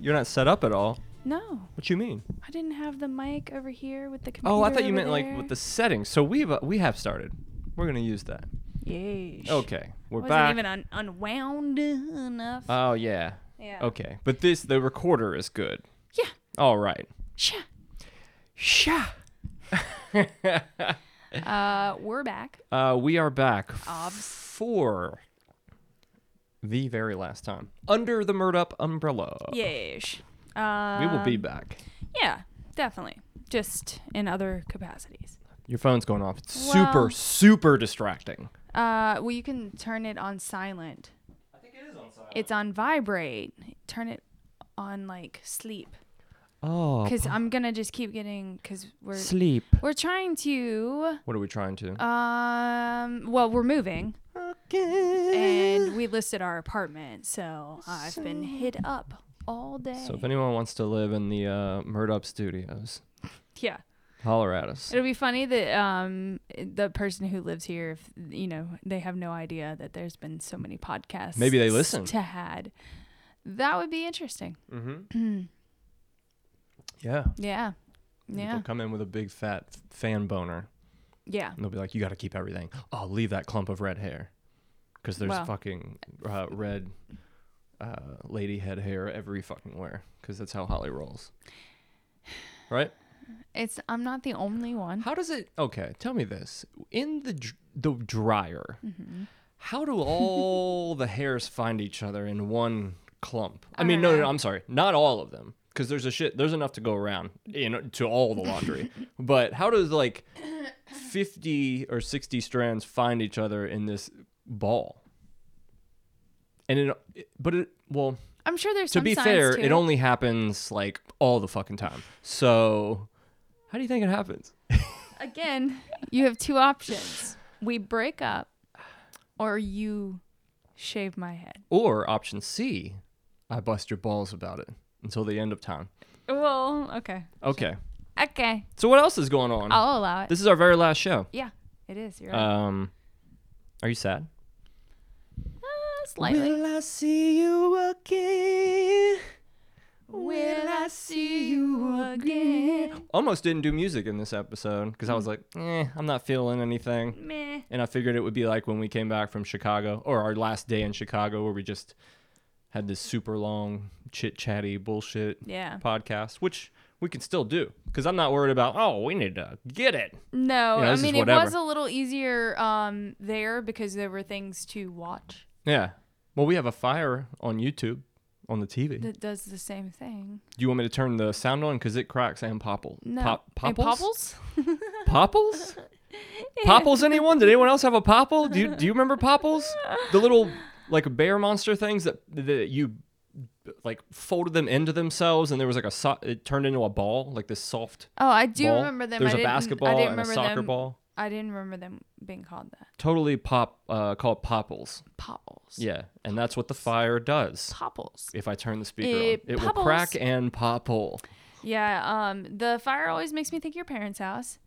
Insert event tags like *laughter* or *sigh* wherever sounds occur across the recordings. you're not set up at all. No, What you mean? I didn't have the mic over here with the computer. Oh, I thought you over meant like there. with the settings. So we've uh, we have started. We're gonna use that. Yeesh. Okay, we're Wasn't Oh, back. even un- unwound enough. oh yeah. yeah. Okay, but this the recorder is good. Yeah. All right. *laughs* Sure. Sha. Uh, we're back. uh, we are back Obs. for the very last time under the Murd Up umbrella. Yeesh. Um, We will be back. Yeah, definitely. Just in other capacities. Your phone's going off. It's super Well- super distracting. Uh, well, you can turn it on silent. I think it is on silent. It's on vibrate. Turn it on like sleep. oh, Cause I'm gonna just keep getting. Cause we're sleep. we're trying to. What are we trying to? Um. Well, we're moving, *sighs* and we listed our apartment, so I've been hit up all day. So if anyone wants to live in the uh, Murd Up Studios, yeah. holler at us. It'll be funny that um the person who lives here, if you know, they have no idea that there's been so many podcasts. Maybe they listen. to had. That would be interesting. *clears throat* Yeah. Yeah, yeah, They'll come in with a big fat f- fan boner, yeah. and they'll be like, "You got to keep everything. Oh, leave that clump of red hair, because there's Well. fucking uh, red uh, lady head hair every fucking where, because that's how Holly rolls." Right? It's I'm not the only one. How does it? Okay, tell me this. In the dr- the dryer, Mm-hmm. how do all the hairs find each other in one clump? I, I mean, don't no, no, know. no, I'm sorry, not all of them, because there's a shit. There's enough to go around, you know, to all the *laughs* laundry. but how does like fifty or sixty strands find each other in this ball? And it, but it well, I'm sure there's to some be science fair, to it only happens like all the fucking time. So, how do you think it happens? again. You have two options: we break up, or you shave my head. Or option C, I bust your balls about it until the end of time. Well, okay, Okay. okay, So what else is going on? I'll allow it. This is our very last show. yeah, it is. You're right. Um, are you sad? Uh, slightly. I see you again? Will I see you again? Almost didn't do music in this episode because I was like, eh, I'm not feeling anything. Meh. And I figured it would be like when we came back from Chicago or our last day in Chicago where we just had this super long chit chatty bullshit. Yeah. podcast, which we can still do because I'm not worried about, oh, we need to get it. No, You know, I this is mean it whatever. was a little easier um there because there were things to watch Yeah. Well, we have a fire on YouTube on the TV. do that does the same thing. you want me to turn the sound on? Because it cracks and popple. No. Pop- And popples? popples? *laughs* *laughs* Popples? popples, anyone? Did anyone else have a popple? Do you, do you remember *laughs* popples? The little, like, bear monster things that, that you, like, folded them into themselves and there was, like, a, so- it turned into a ball, like this soft Oh, I do ball. remember them. There's I a didn't, basketball I didn't and a remember soccer them, ball. I didn't remember them being called that. Totally pop, uh, called popples. Popples. Yeah, and that's what the fire does. Popples. If I turn the speaker It on, it will popples. crack and popple. Yeah, um the fire always makes me think of your parents' house.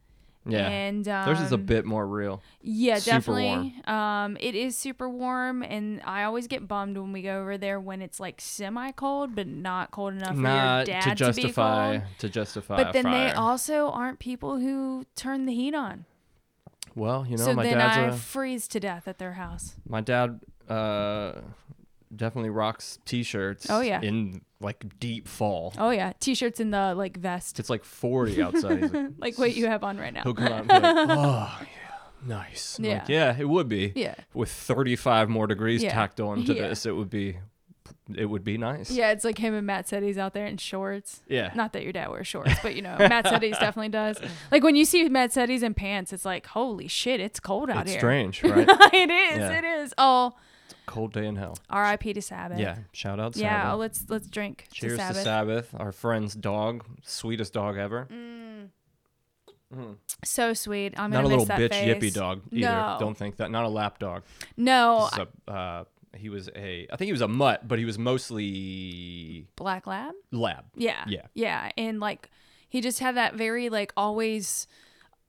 Yeah, And um, theirs is a bit more real. Yeah, Super definitely. Um, it is super warm, and I always get bummed when we go over there when it's like semi-cold, but not cold enough for your Not dad to justify be cold. to justify. But a then they fire. also aren't people who turn the heat on, Well, you know, so my then dad's I a, freeze to death at their house. my dad uh, definitely rocks t-shirts. Oh, yeah. in like deep fall. Oh yeah, t-shirts and the like vest, It's like forty outside. He's *laughs* like, like what you have on right now. he'll come out and be like, "Oh, yeah, nice." I'm like, yeah, it would be. Yeah, With thirty-five more degrees Yeah. tacked on to Yeah. this, it would be, it would be nice. yeah. It's like him and Matt said he's out there in shorts. Yeah. Not that your dad wears shorts, but *laughs* you know, Matt Setties definitely does. Like when you see Matt Setties in pants, it's like, holy shit, it's cold out it's *laughs* here. strange, right? it is. Yeah. It is. Oh, Cold day in hell. R.I.P. to Sabbath. Yeah. Shout out Yeah. oh, Sabbath. Let's let's drink Cheers to to Sabbath. Mm, Sabbath, our friend's dog, sweetest dog ever. so sweet. I'm Not a gonna little miss that bitch yippy face. dog either. No. Don't think that. Not a lap dog. No. This is a, uh, he was a. I think he was a mutt, but he was mostly Black Lab. lab. Yeah. Yeah. Yeah. And like, he just had that very like always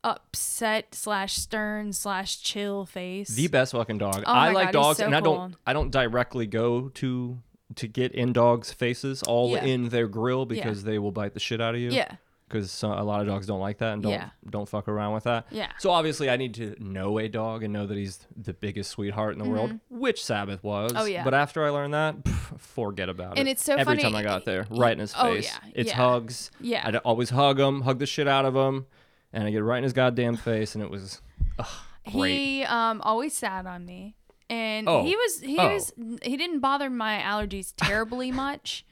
upset slash stern slash chill face. The best fucking dog. Oh I my like God, he's dogs, so and I don't. cool. I don't directly go to to get in dogs' faces, all Yeah. in their grill because they will bite the shit out of you. Yeah. Because a lot of dogs don't like that and don't Yeah. don't fuck around with that. Yeah. So obviously, I need to know a dog and know that he's the biggest sweetheart in the world, which Sabbath was. Mm-hmm. Oh, yeah. But after I learned that, pff, forget about it. And it's so every funny- time I got there, right in his Oh, face. yeah, It's yeah. hugs. Yeah. I'd always hug him, hug the shit out of him, and I get right in his goddamn face, and it was. ugh, great. He um always sat on me. And Oh. he was he Oh. was he didn't bother *laughs* my allergies terribly much.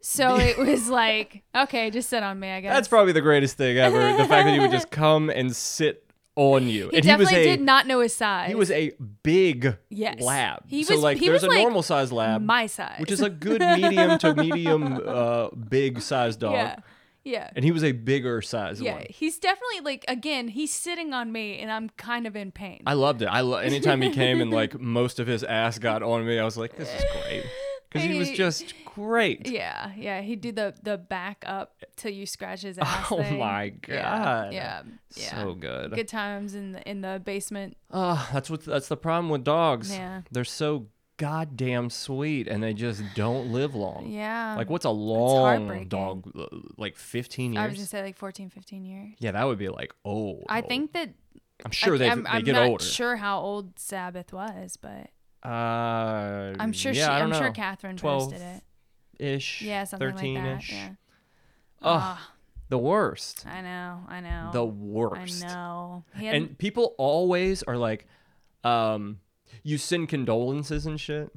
So it was like, okay, just sit on me, I guess. That's probably the greatest thing ever. the fact that he would *laughs* just come and sit on you. he and he was definitely a did not know his size. he was a big Yes. lab. He so was- like he there's was, a like, normal size lab, my size. which is a good medium to medium uh, big size dog. *laughs* yeah. Yeah. And he was a bigger size Yeah, one. he's definitely like again, he's sitting on me and I'm kind of in pain. I loved it. I lo- anytime he came and *laughs* like most of his ass got on me, I was like, this is great. Because he was Hey. just great. yeah, yeah, he did the the back up till you scratch his ass. *laughs* Oh thing. my Yeah, God. yeah, yeah. So good. Good times in the in the basement. Ah, that's what that's the problem with dogs. Yeah. They're so goddamn sweet and they just don't live long. Yeah, Like what's a long Um, heartbreaking. dog uh, like 15 years? I was gonna say like 14, 15 years. yeah, that would be like old. I old. think that I'm sure I, they I'm, they I'm get not older. sure how old Sabbath was, but Uh I'm sure yeah, she, I I'm don't sure know. Catherine 12, posted it. ish. Yeah, something 13 like that. ish. Yeah. Ah. Ugh, the worst. I know, I know, The I worst. know. He had, And people always are like, um, you send condolences and shit.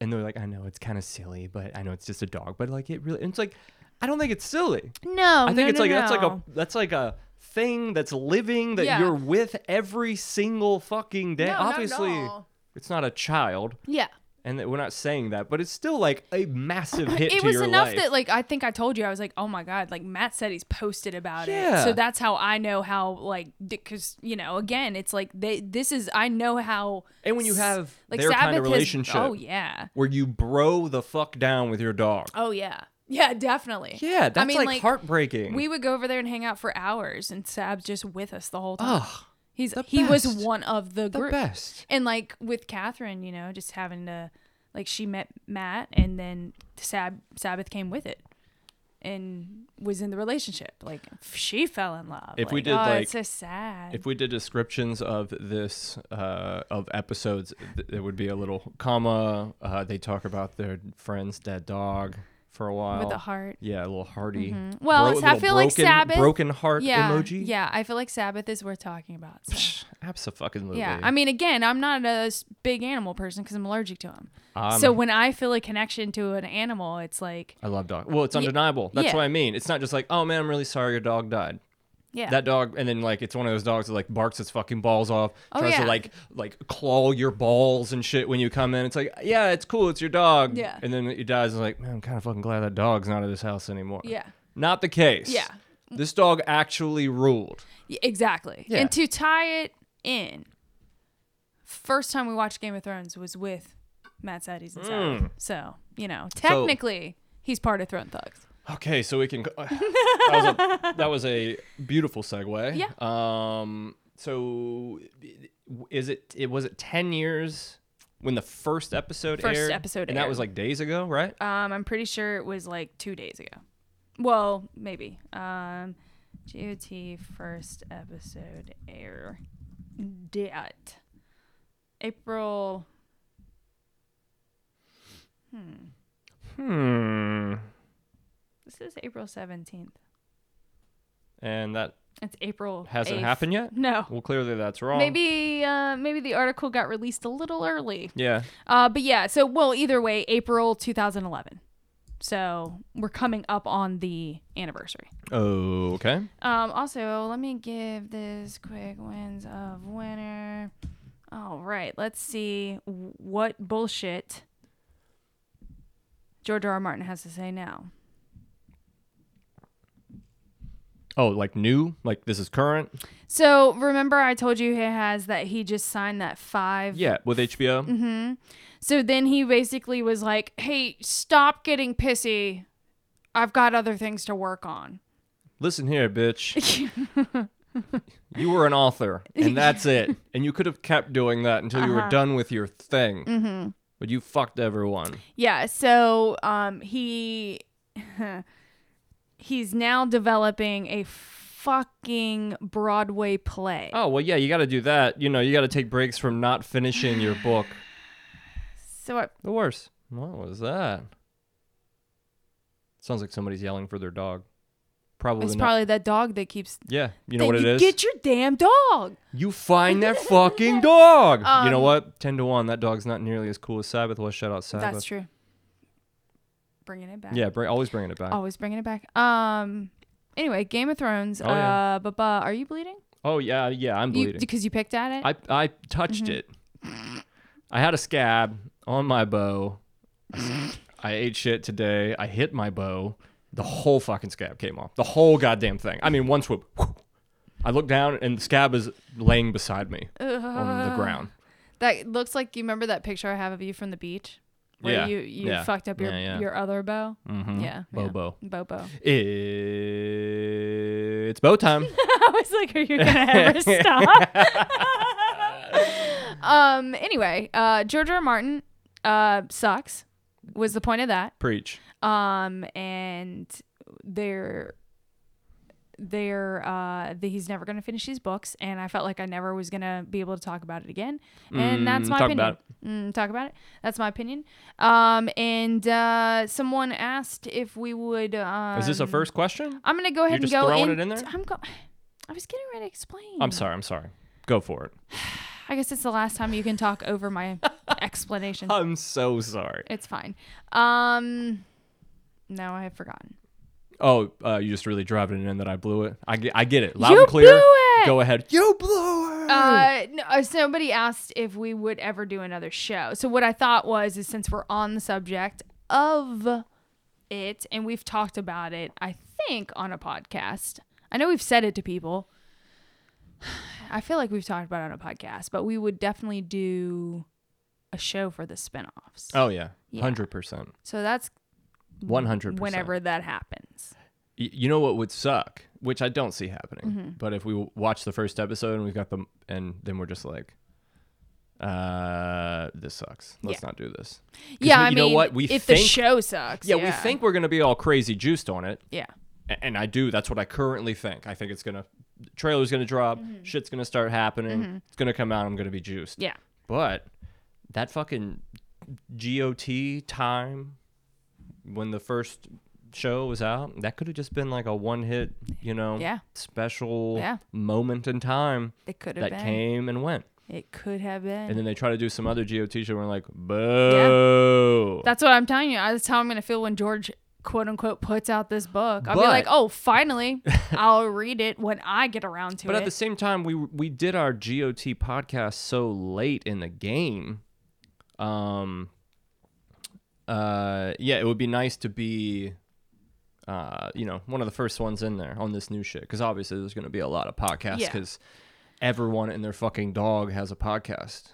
And they're like, I know it's kind of silly, but I know it's just a dog. But like, it really, and it's like, I don't think it's silly. no, I think Oh, no, it's no, like, that's like a, no. that's like a thing that's living that Yeah. you're with every single fucking day. No, no, Obviously, no. it's not a child. yeah. And that we're not saying that, but it's still like a massive hit It to was your enough life. that like I think I told you I was like, oh my god, like Matt said he's posted about Yeah. it, so that's how I know how like because you know again it's like they this is I know how and when you s- have like their Sabbath kind of has- relationship oh yeah, where you bro the fuck down with your dog. oh yeah, yeah definitely. Yeah, that's I mean like, heartbreaking. we would go over there and hang out for hours, and Sab's just with us the whole time. Ugh, he's Ah, the he was best. one of the, the group, best. and like with Catherine, you know, just having to like she met Matt, and then Sab Sabbath came with it. And was in the relationship. Like she fell in love. If we Like, did, oh, like- it's so sad. If we did descriptions of this uh, of episodes, th- there would be a little comma. Uh, they talk about their friend's dead dog for a while. with a heart. Mm-hmm. Yeah, a little hearty. Well, bro- it's- I little feel like broken, Sabbath- broken heart Yeah, emoji. yeah. I feel like Sabbath is worth talking about. so. Absolutely. Yeah, I mean, again, I'm not a s- big animal person because I'm allergic to them. I'm- so when I feel a connection to an animal, it's like, I love dogs. Well, it's undeniable. That's yeah. what I mean. It's not just like, oh man, I'm really sorry your dog died. yeah, That dog, and then like it's one of those dogs that like barks its fucking balls off, Oh, tries to yeah. like like claw your balls and shit when you come in. It's like, yeah, it's cool, it's your dog. Yeah. And then it dies. And like, man, I'm kind of fucking glad that dog's not at this house anymore. Yeah. Not the case. Yeah. This dog actually ruled. Y- exactly. Yeah. And to tie it in, first time we watched Game of Thrones was with Matt Sadie's and Sabbath. Hmm. So you know, technically, he's part of Throne Thugs. Okay, so we can. *laughs* that, was a, that was a beautiful segue. Yeah. Um. So, is it? It was it ten years when the first episode First aired. episode and that aired. was like days ago, right? Um, I'm pretty sure it was like two days ago. Well, maybe. Um, GOT first episode air date April. Uh-huh. Hmm. This is April seventeenth. And that It's April. hasn't 8th. happened yet. No. Well, clearly that's wrong. Maybe uh, maybe the article got released a little early. Yeah. Uh, but yeah. So well, either way, April 2011. So we're coming up on the anniversary. Oh, Okay. Um, also, let me give this quick wins of winner. All right, let's see what bullshit George R. R. Martin has to say now. Oh, like new? Like this is current? So remember, I told you he has that he just signed that five. Yeah, with HBO. Mm-hmm. So then he basically was like, "Hey, stop getting pissy. I've got other things to work on." Listen here, bitch. *laughs* you were an Uh-huh. Mm-hmm. author, and that's it. And you could have kept doing that until you were done with your thing. But you fucked everyone. Yeah, so um, he *laughs* he's now developing a fucking Broadway play. Oh well, yeah, you got to do that. You know, you got to take breaks from not finishing *sighs* your book. So I, The worst. What was that? Sounds like somebody's yelling for their dog. Probably it's not. probably that dog that keeps. yeah, you know that what it you is. Get your damn dog. You find that fucking dog. you know Um, what? Ten to one. That dog's not nearly as cool as Sabbath was. Shout out Sabbath. That's true. Bringing it back. Yeah, bring, always bringing it back. Oh. Always bringing it back. Um. Anyway, Game of Thrones. Oh, yeah. Uh, but are you bleeding? Oh, yeah, yeah. I'm You Mm-hmm. bleeding. because you picked at it. I I touched it. I had a scab on my bow. I ate shit today. I hit my bow. The whole fucking scab came off. The whole goddamn thing. I mean, one swoop. I look down and the scab is laying beside me on the Ugh. ground. That looks like you remember that picture I have of you from the beach where Yeah, you you yeah, fucked up your yeah, yeah. your other bow. Mm-hmm. Yeah, Bobo. yeah. Bobo. It's bow *laughs* time. I was like, are you gonna ever stop? *laughs* um. Anyway, uh, George R. R. Martin, uh, sucks. Was the point of that? Preach. Um, and they're they're uh the, he's never gonna finish his books and i felt like i never was gonna be able to talk about it again and that's Mm, my talk opinion about Mm, talk about it that's my opinion um and uh someone asked if we would um, Is this a first question? i'm gonna go ahead just and go throwing it in there? i'm go *sighs* i was getting ready to explain I'm sorry. I'm sorry. Go for it. i guess it's the last time you can talk *laughs* over my explanation I'm so sorry. it's fine um no i have forgotten Oh, uh, you just really driving it in that I blew it. I get, I get it. Loud You and clear. blew it! Go ahead. You blew it. Uh, no, uh, somebody asked if we would ever do another show. So what I thought was, is since we're on the subject of it, and we've talked about it, I think on a podcast. I know we've said it to people. *sighs* I feel like we've talked about it on a podcast, but we would definitely do a show for the spinoffs. oh yeah, Yeah. hundred percent, So that's one hundred percent. whenever that happens. you know what would suck, which I don't see happening. Mm-hmm. But if we w- watch the first episode and we've got them, and then we're just like, uh, this sucks. Let's not do this. 'Cause Yeah, we- I you mean, know what? We if think. the show sucks, yeah, we think we're gonna be all crazy juiced on it, yeah. A- and I do. That's what I currently think. I think it's gonna the trailer's gonna drop, shit's gonna start happening, it's gonna come out. I'm gonna be juiced. Mm-hmm. Yeah. But that fucking GOT time when the first show was out, that could have just been like a one hit, you know, Yeah. special Yeah. moment in time It could have that been. came and went. It could have been. And then they try to do some other GOT show and we're like, boo. That's what I'm telling you. That's how I'm gonna feel when George quote unquote puts out this book. I'll But- be like, oh, finally, I'll read it when I get around to but it. at the same time, we we did our GOT podcast so late in the game. Um uh yeah, it would be nice to be uh you know, one of the first ones in there on this new shit cuz obviously there's going to be a lot of podcasts Yeah. cuz everyone and their fucking dog has a podcast.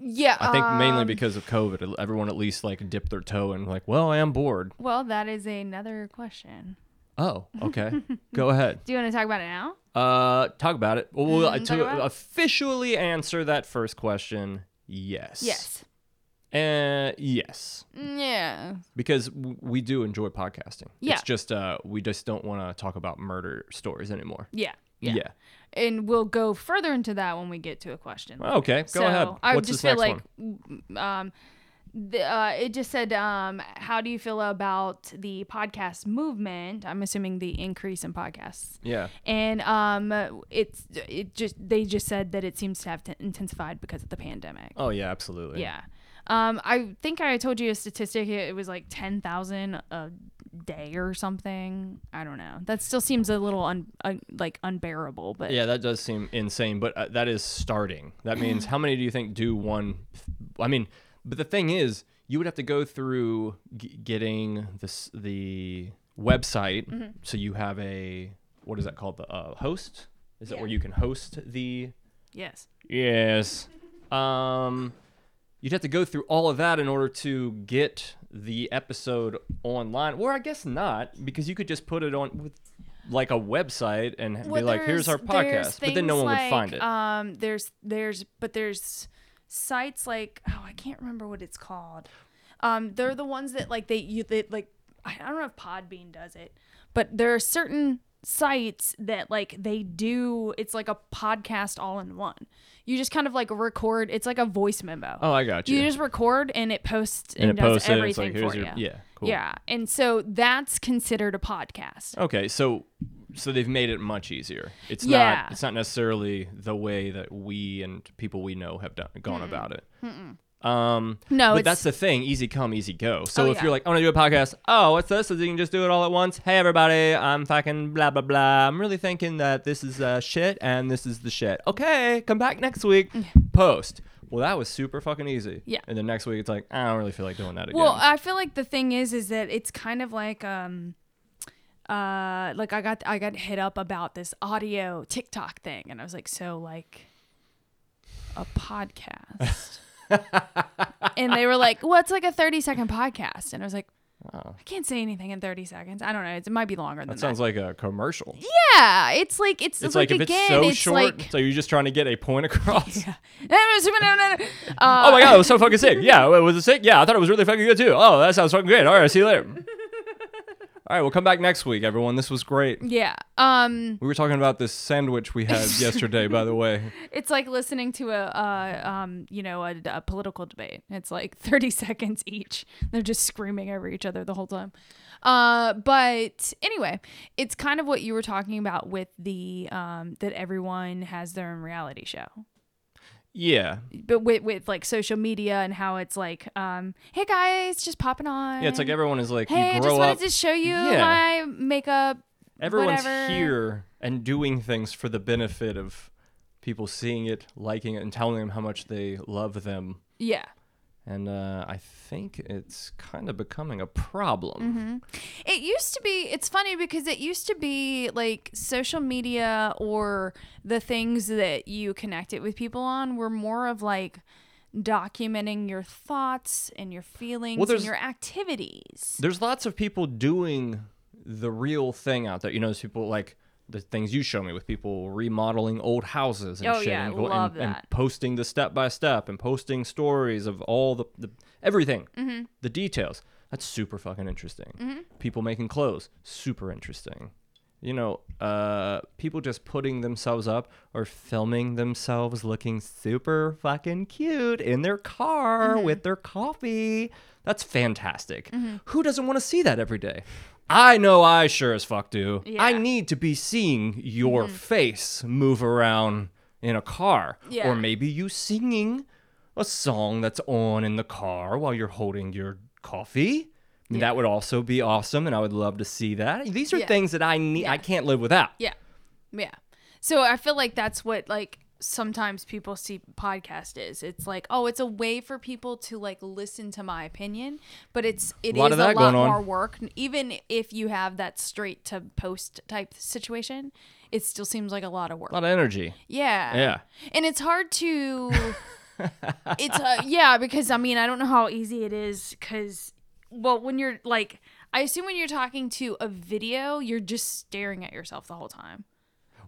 yeah, I think mainly um, because of COVID, everyone at least like dipped their toe and like, "Well, I am bored." Well, that is another question. Oh, *laughs* okay. Go ahead. Do you want to talk about it now? Uh, talk about it. Well, well, Mm, talk to about it? officially answer that first question, yes. Yes. Uh, yes, Yeah. because w- we do enjoy podcasting. Yeah. It's just uh, we just don't want to talk about murder stories anymore. Yeah. Yeah. And we'll go further into that when we get to a question. Well, okay. Go so ahead. I What's just this feel next like, one? w- um, the, uh, it just said, um, how do you feel about the podcast movement? I'm assuming the increase in podcasts. Yeah. and um, it's it just they just said that it seems to have t- intensified because of the pandemic. Oh yeah, absolutely. Yeah, um, I think I told you a statistic. It it was like ten thousand a day or something. I don't know. That still seems a little un, un like unbearable, but Yeah, that does seem insane, but uh, that is starting. That means how many do you think do one? I mean, but the thing is, you would have to go through g- getting this the website, so you have a what is that called? The uh, host is that where Yeah. you can host the yes, yes. Um, you'd have to go through all of that in order to get the episode online, or I guess not, because you could just put it on with like a website and be like, "Here's our podcast," but then no one would find it. Um, there's there's but there's sites like oh I can't remember what it's called. Um, they're the ones that like they you they like I I don't know if Podbean does it, but there are certain sites that like they do it's like a podcast all in one. You just kind of like record. It's like a voice memo. Oh, I got you. You just record and it posts and, and it does posts it. It's everything like here's for your you. yeah. Cool. Oh. Yeah, and so that's considered a podcast. Okay, so so they've made it much easier. It's Yeah. not it's not necessarily the way that we and people we know have done gone about it. Um, No, but Oh, it's- that's the thing: easy come, easy go. So Oh, if yeah. you're like, I want to do a podcast. Oh, what's this? So you can just do it all at once. Hey, everybody, I'm fucking blah blah blah. I'm really thinking that this is uh, shit and this is the shit. Okay, come back next week. Post. Well, that was super fucking easy. Yeah. And then next week, it's like I don't really feel like doing that again. Well, I feel like the thing is, is that it's kind of like, um, uh, like I got I got hit up about this audio TikTok thing, and I was like, so like a *laughs* podcast, and they were like, well, it's like a thirty second podcast, and I was like, Wow. I can't say anything in thirty seconds. I don't know. It's, it might be longer than that that. sounds like a commercial. yeah, it's like it's, It's like, like, if again, it's so it's short, like. so you're just trying to get a point across. *laughs* Yeah. Oh *laughs* Uh, Oh my god, it was so fucking sick. Yeah, wa- was it sick? Yeah, I thought it was really fucking good too. Oh, that sounds fucking great. All right, see you *laughs* later. All right, we'll come back next week, everyone. This was great. Yeah. Um. We were talking about this sandwich we *laughs* had yesterday, by the way. It's like listening to a, uh, um, you know, a, a political debate. It's like *laughs* 30 seconds each. They're just screaming over each other the whole time. Uh, but anyway, it's kind of what you were talking about with the um, that everyone has their own reality show, Yeah. but with with like social media and how it's like, um, hey guys, just popping on. Yeah, it's like everyone is like, hey, I you just grow wanted up. to show you Yeah. my makeup. Everyone's whatever. here and doing things for the benefit of people seeing it, liking it, and telling them how much they love them. Yeah. And uh, I think it's kind of becoming a problem. Mm-hmm. It used to be, it's funny because it used to be like social media or the things that you connected with people on were more of like documenting your thoughts and your feelings and there's- your activities. there's lots of people doing the real thing out there. You know, there's people like the things you show me with people remodeling old houses and Oh, shit, yeah, and, go- and- love and that. posting the step by step and posting stories of all the, the everything, Mm-hmm. the details. That's super fucking interesting. People making clothes, super interesting. You know, uh, people just putting themselves up or filming themselves looking super fucking cute in their car Mm-hmm. with their coffee. That's fantastic. Who doesn't want to see that every day? I know I sure as fuck do. I Yeah. need to be seeing your Mm-hmm. face move around in a car. Yeah. Or maybe you singing a song that's on in the car while you're holding your coffee. That would also be awesome, and I would love to see that. These are Yeah. things that I need. I can't live without. Yeah. Yeah. So I feel like that's what like sometimes people see podcast is. It's like, oh, it's a way for people to like listen to my opinion, but it's it is Lot of a that lot going on. more work. Even if you have that straight to post type situation, it still seems like a lot of work. A lot of energy. yeah. Yeah. And it's hard to *laughs* it's uh, yeah because I mean I don't know how easy it is because well when you're like I assume when you're talking to a video you're just staring at yourself the whole time.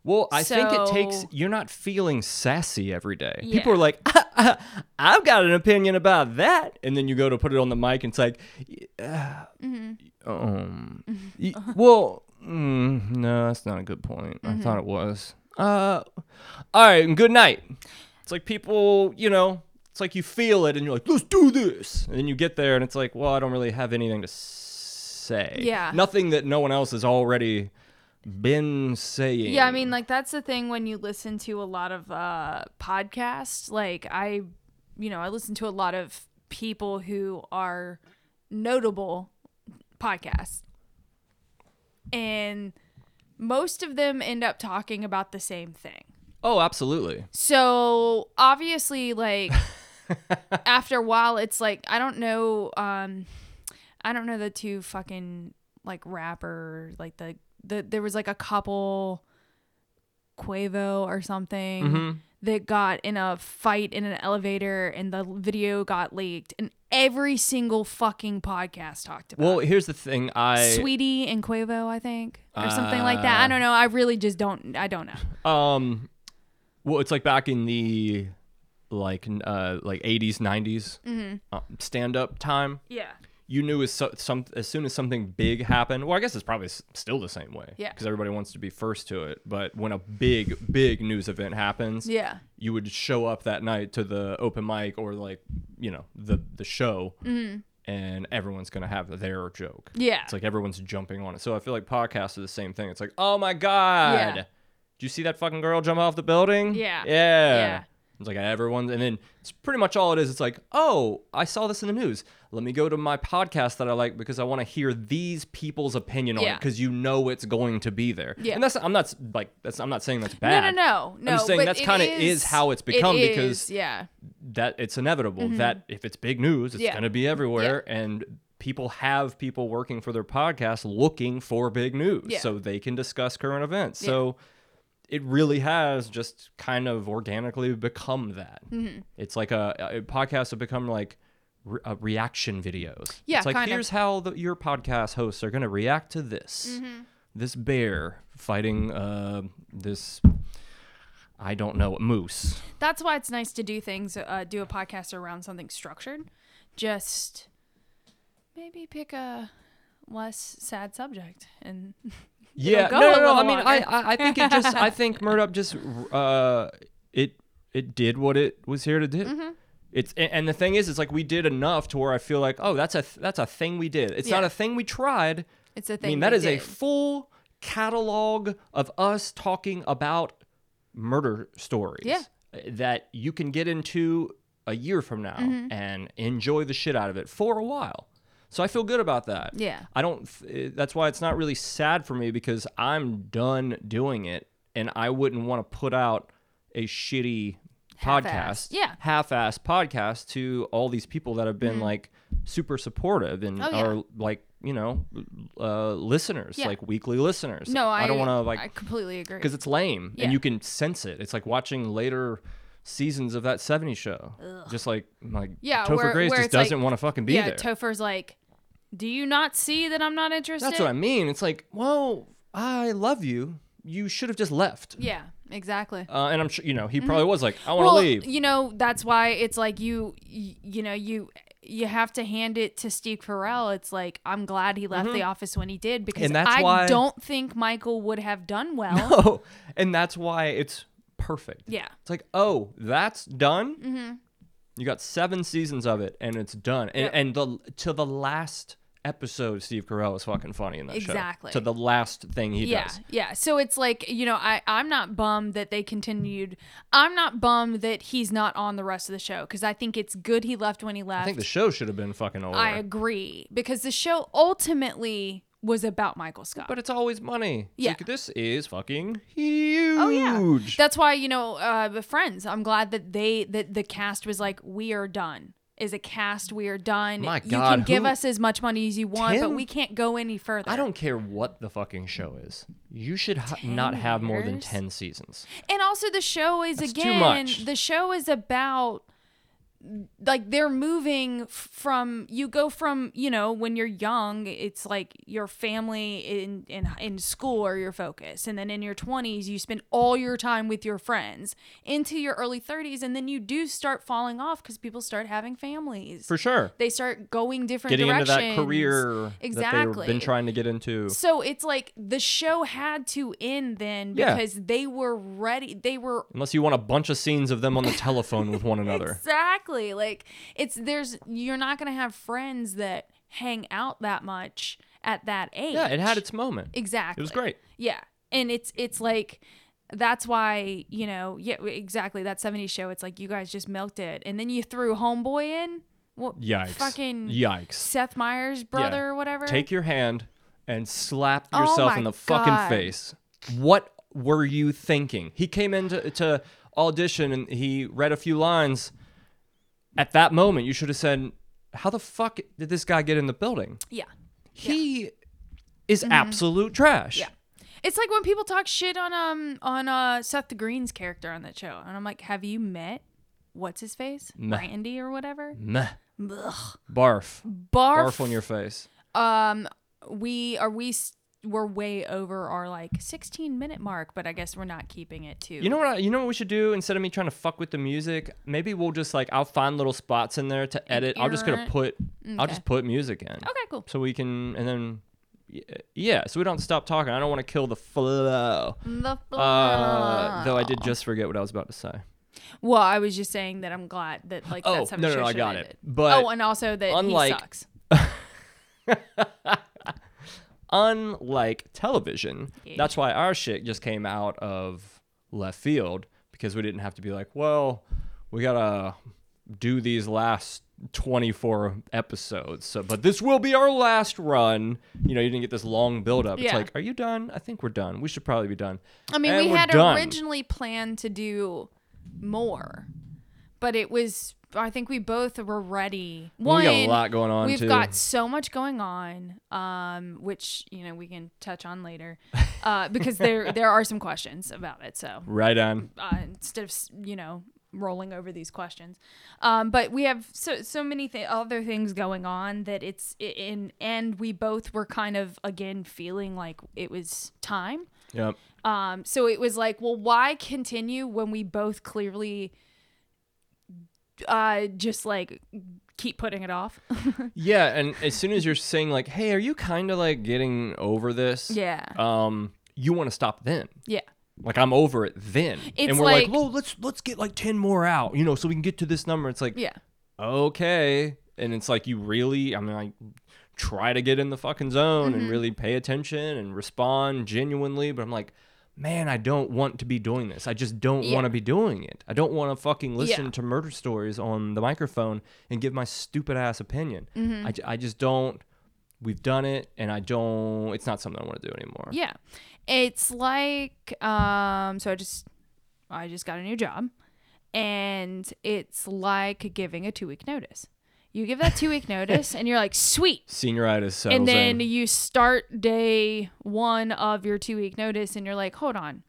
Well, I think it takes So- you're not feeling sassy every day. Yeah. People are like, *laughs* "Ah, ah, I've got an opinion about that, and then you go to put it on the mic, and it's like, "Yeah, Mm-hmm. um, y- Uh-huh. well, mm, no, that's not a good point. I thought it Mm-hmm. was. Uh, all right, and good night. It's like people, you know, it's like you feel it, and you're like, let's do this, and then you get there, and it's like, well, I don't really have anything to say. Yeah. nothing that no one else has already been saying. Yeah, I mean, like that's the thing when you listen to a lot of uh, podcasts. Like I, you know, I listen to a lot of people who are notable podcasts, and most of them end up talking about the same thing. Oh, absolutely. So *laughs* obviously, like after a while, it's like I don't know. Um, I don't know the two fucking like rapper like the the there was like a couple, Quavo or something Mm-hmm. that got in a fight in an elevator, and the video got leaked, and every single fucking podcast talked about. Well, it. here's the thing. I Sweetie and Quavo, I think, or something like that. I Uh, don't know. I really just don't. I don't know. um, well, it's like back in the like uh like 80s 90s uh, stand up time Yeah. you knew as so, some as soon as something big happened. Well, I guess it's probably s- still the same way. Yeah. Because everybody wants to be first to it. But when a big big news event happens, Yeah. you would show up that night to the open mic or like you know the the show, and everyone's gonna have their joke. Mm-hmm. Yeah. It's like everyone's jumping on it. So I feel like podcasts are the same thing. It's like, oh my god, Yeah. do you see that fucking girl jump off the building? Yeah. yeah. Yeah. It's like everyone, and then it's pretty much all it is. It's like, oh, I saw this in the news. Let me go to my podcast that I like because I want to hear these people's opinion on it Yeah. because you know it's going to be there. Yeah. And that's I'm not like that's I'm not saying that's bad. No, no, no, no. I'm just saying but that's it kinda is how it's it become is, because- yeah, That it's inevitable. That if it's big news, it's Mm-hmm. Yeah. going to be everywhere, and people have people working for their podcast looking for big news Yeah. so they can discuss current events. So it really has just kind of organically become that. Mm-hmm. It's like a, a podcasts have become like re- uh, reaction videos. Yeah, it's like kind of. here's how the, your podcast hosts are going to react to this. Mm-hmm. This bear fighting uh, this I don't know moose. that's why it's nice to do things, uh, do a podcast around something structured. Just maybe pick a less sad subject and *laughs* yeah go no no, a no. little i mean I, longer. I i think it just i think *laughs* murdoch just uh it it did what it was here to do Mm-hmm. it's a- and the thing is it's like we did enough to where i feel like oh that's a th- that's a thing we did it's not Yeah. a thing we tried it's a i thing. mean that we is a did. full catalog of us talking about murder stories Yeah. that you can get into a year from now Mm-hmm. and enjoy the shit out of it for a while so i feel good about that Yeah. I don't. Th- eh, that's why it's not really sad for me because I'm done doing it, and I wouldn't want to put out a shitty podcast, Half-assed. Yeah. half-ass podcast to all these people that have been like super supportive and Mm-hmm. Oh, yeah. are like you know uh, listeners, Yeah. like weekly listeners. no, I, I don't want to I like completely agree. because it's lame Yeah. and you can sense it. It's like watching later seasons of that 70s show just like like Yeah, topher where- grace where just it's like- doesn't want to fucking be yeah, there Topher's like, do you not see that I'm not interested? That's what I mean. It's like, well, I love you. You should have just left. Yeah, exactly. Uh, and I'm sure, you know, he probably was like, I want to Mm-hmm. well, leave. you know that's why it's like you, you, you know, you you have to hand it to Steve Carell. It's like I'm glad he left the office when he did because Mm-hmm. And that's I why- don't think Michael would have done well. *laughs* Oh, and that's why it's perfect. Yeah. Mm-hmm. It's like, oh, that's done. You got seven seasons of it, and it's done. And, Yep. and the to the last episode, Steve Carell is fucking funny in that show. Exactly. To the last thing he yeah, does. yeah. So it's like you know, I I'm not bummed that they continued. I'm not bummed that he's not on the rest of the show because I think it's good he left when he left. I think the show should have been fucking over. I agree because the show ultimately was about Michael Scott. but it's always money. It's Yeah. like, this is fucking huge. Oh yeah, that's why you know uh, the Friends. I'm glad that they that the cast was like, we are done. Is a cast we are done. My you God, can give who- us as much money as you want, but Tim? we can't go any further. I don't care what the fucking show is. You should ha- not have more than years? 10 seasons. And also, the show is That's too again much. the show is about like they're moving from you go from you know when you're young it's like your family in in in school are your focus and then in your 20s you spend all your time with your friends into your early 30s and then you do start falling off cuz people start having families For sure. they start going different Getting into directions that career that Exactly. they've been trying to get into. so it's like the show had to end then Yeah. because they were ready they were Unless you want a bunch of scenes of them on the telephone *laughs* with one another. Exactly. Like it's there's you're not gonna have friends that hang out that much at that age. Yeah, it had its moment. It exactly. was great. Yeah, and it's it's like that's why you know yeah exactly that '70s show. It's like you guys just milked it, and then you threw Homeboy in. Well, Yikes. Fucking Yikes. Seth Meyers' brother or whatever. Take your hand and slap Oh yourself my in the God. fucking face. What were you thinking? He came in to, to audition and he read a few lines. At that moment, you should have said, How the fuck did this guy get in the building? yeah. Mm-hmm. he is absolute trash. Yeah. It's like when people talk shit on um on uh Seth Green's character on that show, and I'm like, have you met what's his face, Randy or whatever? Meh. Ugh. Barf. Barf. Barf on your face. um we are we s- we're way over our like 16 minute mark, but I guess we're not keeping it to. You know what? I, you know what we should do instead of me trying to fuck with the music. Maybe we'll just like I'll find little spots in there to edit. I'm just gonna errant. put. I'll Okay. just put music in. Okay, cool. So we can and then y- yeah. So we don't stop talking. I don't want to kill the flow. The Uh, though I did flow. just forget what I was about to say. Well, I was just saying that I'm glad that like Oh, that's how the no, no, show no, I should got have it. ended. But oh, and also that unlike- he sucks. Unlike television, Yeah. that's why our shit just came out of left field because we didn't have to be like, well, we gotta do these last 24 episodes. So, but this will be our last run. You know, you didn't get this long build up. It's Yeah. like, are you done? I think we're done. We should probably be done. I mean, And we we're had done. originally planned to do more, but it was. I think we both were ready. One, we got a lot going on We've too. got so much going on, um, which you know we can touch *laughs* on later, uh, because there there are some questions about it. So right on. uh, instead of s- you know rolling over these questions um, but we have so so many th- other things going on that it's i- in and we both were kind of again feeling like it was time Yep. um, so it was like well why continue when we both clearly uh, just like keep putting it off *laughs* Yeah, and as soon as you're saying like, "Hey, are you kind of like getting over this?" yeah Um, you want to stop then. yeah Like I'm over it then. It's and we're like, like- well, let's let's get like ten more out, you know, so we can get to this number. It's like yeah okay. And it's like you really I mean like try to get in the fucking zone Mm-hmm. and really pay attention and respond genuinely, but I'm like, man, I don't want to be doing this. I just don't Yeah. want to be doing it. I don't want to fucking listen Yeah. to murder stories on the microphone and give my stupid ass opinion. Mm-hmm. I, j- I just don't we've done it and I don't it's not something I want to do anymore. Yeah. It's like um so I just I just got a new job and it's like giving a 2 week notice. You give that 2 week notice and you're like sweet Senioritis settles and then in. you start day 1 of your 2 week notice and you're like hold on.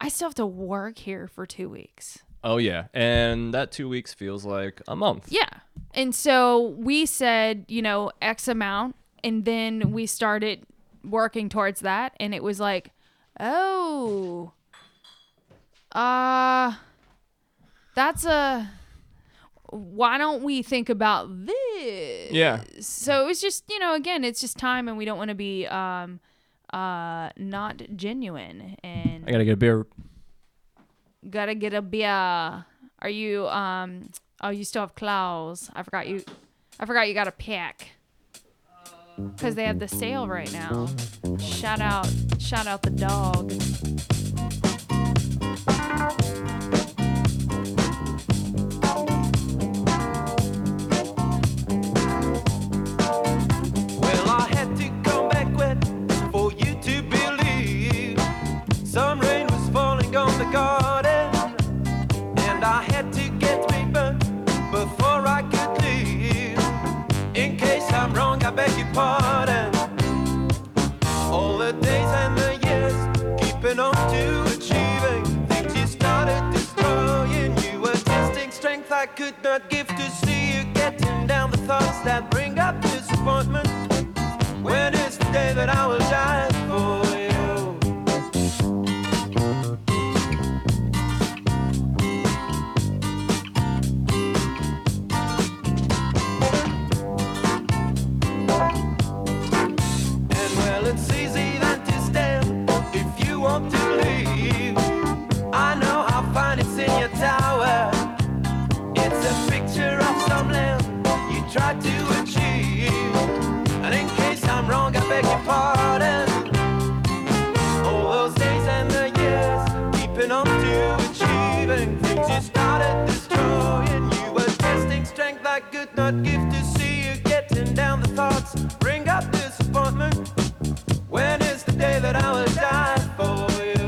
I still have to work here for 2 weeks. Oh yeah, and that two weeks feels like a month. Yeah. And so we said, you know, X amount. And then we started working towards that. And it was like, oh, uh, that's a, why don't we think about this? Yeah, So it was just, you know, again, it's just time and we don't want to be, um, uh, not genuine and I gotta get a beer. gotta get a beer. Are you um? Oh, you still have claws. I forgot you. I forgot you got a pack. Cause they have the sale right now. Shout out, shout out the dog. Well, I had to come back wet for you to believe. Some rain was falling on the garden, and I had to get me burnt before I could leave. In case I'm wrong, I beg your pardon. All the days and the years, keeping on to achieving things you started destroying. You were testing strength I could not give to see you getting down. The thoughts that bring up disappointment. When is the day that I will die for you? And well, it's easy than to stand if you want to leave. I know I'll find it's in your tower. It's a picture of some land you tried to achieve. And in case I'm wrong, I beg your pardon. All those days and the years, keeping on to achieving things you started destroying. You were testing strength I could not give to see you getting down the thoughts. Bring up disappointment. When is the day that I will die for you?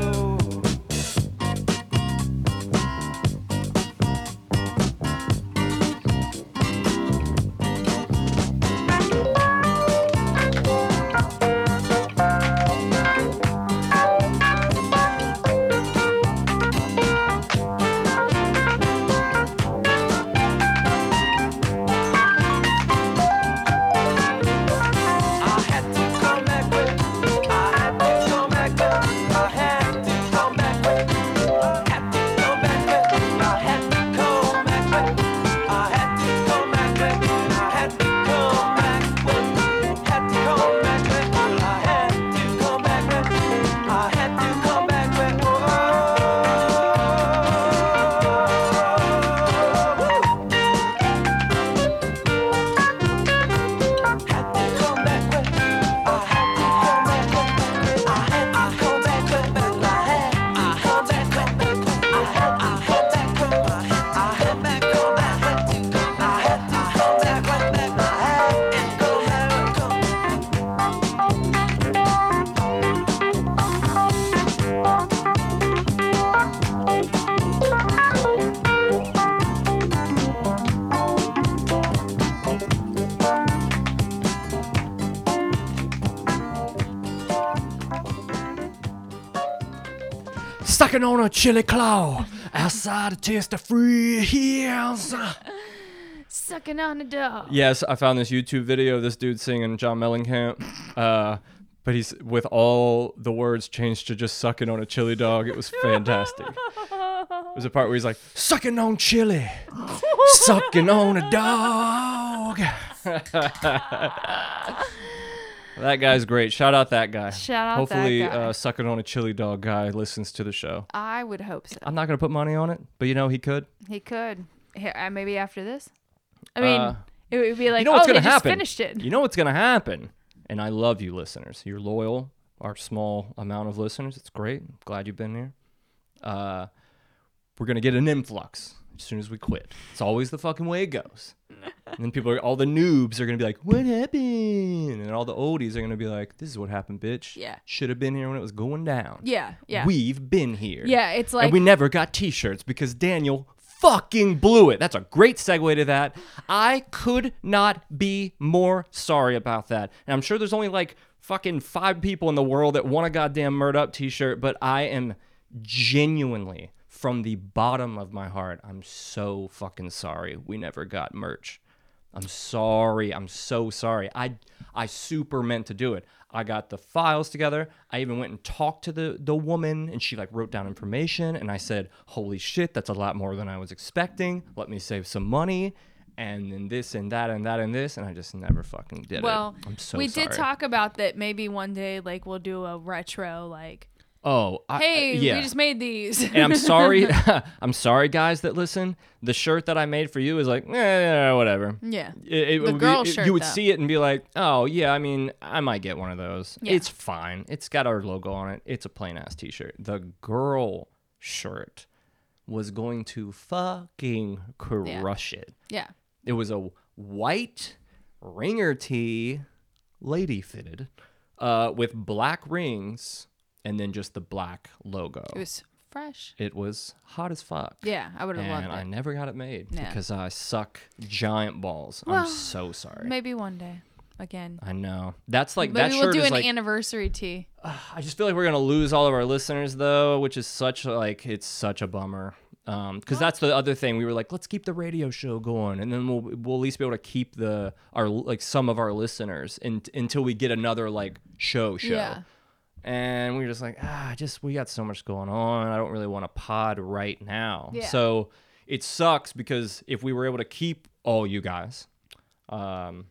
back. I had to come back. back. I had to come back. back. Had to come back. back. I had to come back. back. I had to come back. back. Oh, had to come back. back. I had to come back. back. I had to come back. back. I had to come back. back. I had to come back. back. I had to come back. back. I had to come back. I had to come back. back. I had to come back. back. Sucking on a chili claw. Outside a taste of free hills. Sucking on a dog. Yes, I found this YouTube video of this dude singing John Mellencamp. Uh, but he's with all the words changed to just sucking on a chili dog. It was fantastic. There's a part where he's like, sucking on chili, sucking on a dog. *laughs* that guy's great. Shout out that guy. Shout out that Hopefully, guy. Uh, sucking on a chili dog guy listens to the show. I would hope so. I'm not going to put money on it, but you know, he could. He could. Here, uh, maybe after this. I mean, Uh, it would be like, you know what's oh, they gonna just happen. finished it. You know what's gonna happen. And I love you, listeners. You're loyal. Our small amount of listeners. It's great. I'm glad you've been here. Uh, we're gonna get an influx as soon as we quit. It's always the fucking way it *laughs* goes. And then people are all the noobs are gonna be like, "What happened?" And all the oldies are gonna be like, "This is what happened, bitch. Yeah. should have been here when it was going down. Yeah, yeah. we've been here. Yeah, it's And like- we never got t-shirts because Daniel fucking blew it. That's a great segue to that. I could not be more sorry about that. And I'm sure there's only like fucking five people in the world that want a goddamn Murd Up t-shirt, but I am genuinely from the bottom of my heart, I'm so fucking sorry we never got merch. I'm sorry. I'm so sorry. I I super meant to do it. I got the files together. I even went and talked to the the woman and she like wrote down information and I said, "Holy shit, that's a lot more than I was expecting. Let me save some money." And then this and that and that and this and I just never fucking did well, it. I'm so we sorry. did talk about that maybe one day, like, we'll do a retro, like, Oh, I, hey, yeah. we just *laughs* made these. and I'm sorry. *laughs* I'm sorry, guys that listen. The shirt that I made for you is like, eh, yeah, whatever. yeah. It, it would The be- girl it- shirt, You would though. see it and be like, "Oh yeah, I mean, I might get one of those. Yeah. It's fine. It's got our logo on it. It's a plain ass t-shirt." The girl shirt was going to fucking crush it. Yeah. It was a white ringer tee, lady fitted, uh, with black rings, and then just the black logo. It was fresh. It was hot as fuck. Yeah, I would have And loved it. I never got it made Yeah. because I suck giant balls. Well, I'm so sorry. Maybe one day. Again. I know. That's like Uh, that Maybe shirt we'll do is an like. anniversary tea. I just feel like we're gonna lose all of our listeners though, which is such like it's such a bummer. Um, because that's the other thing we were like, let's keep the radio show going, and then we'll we'll at least be able to keep the our like some of our listeners in, until we get another like show show. Yeah. And we were just like, ah, just we got so much going on. I don't really want a pod right now. Yeah. So it sucks because if we were able to keep all you guys, um,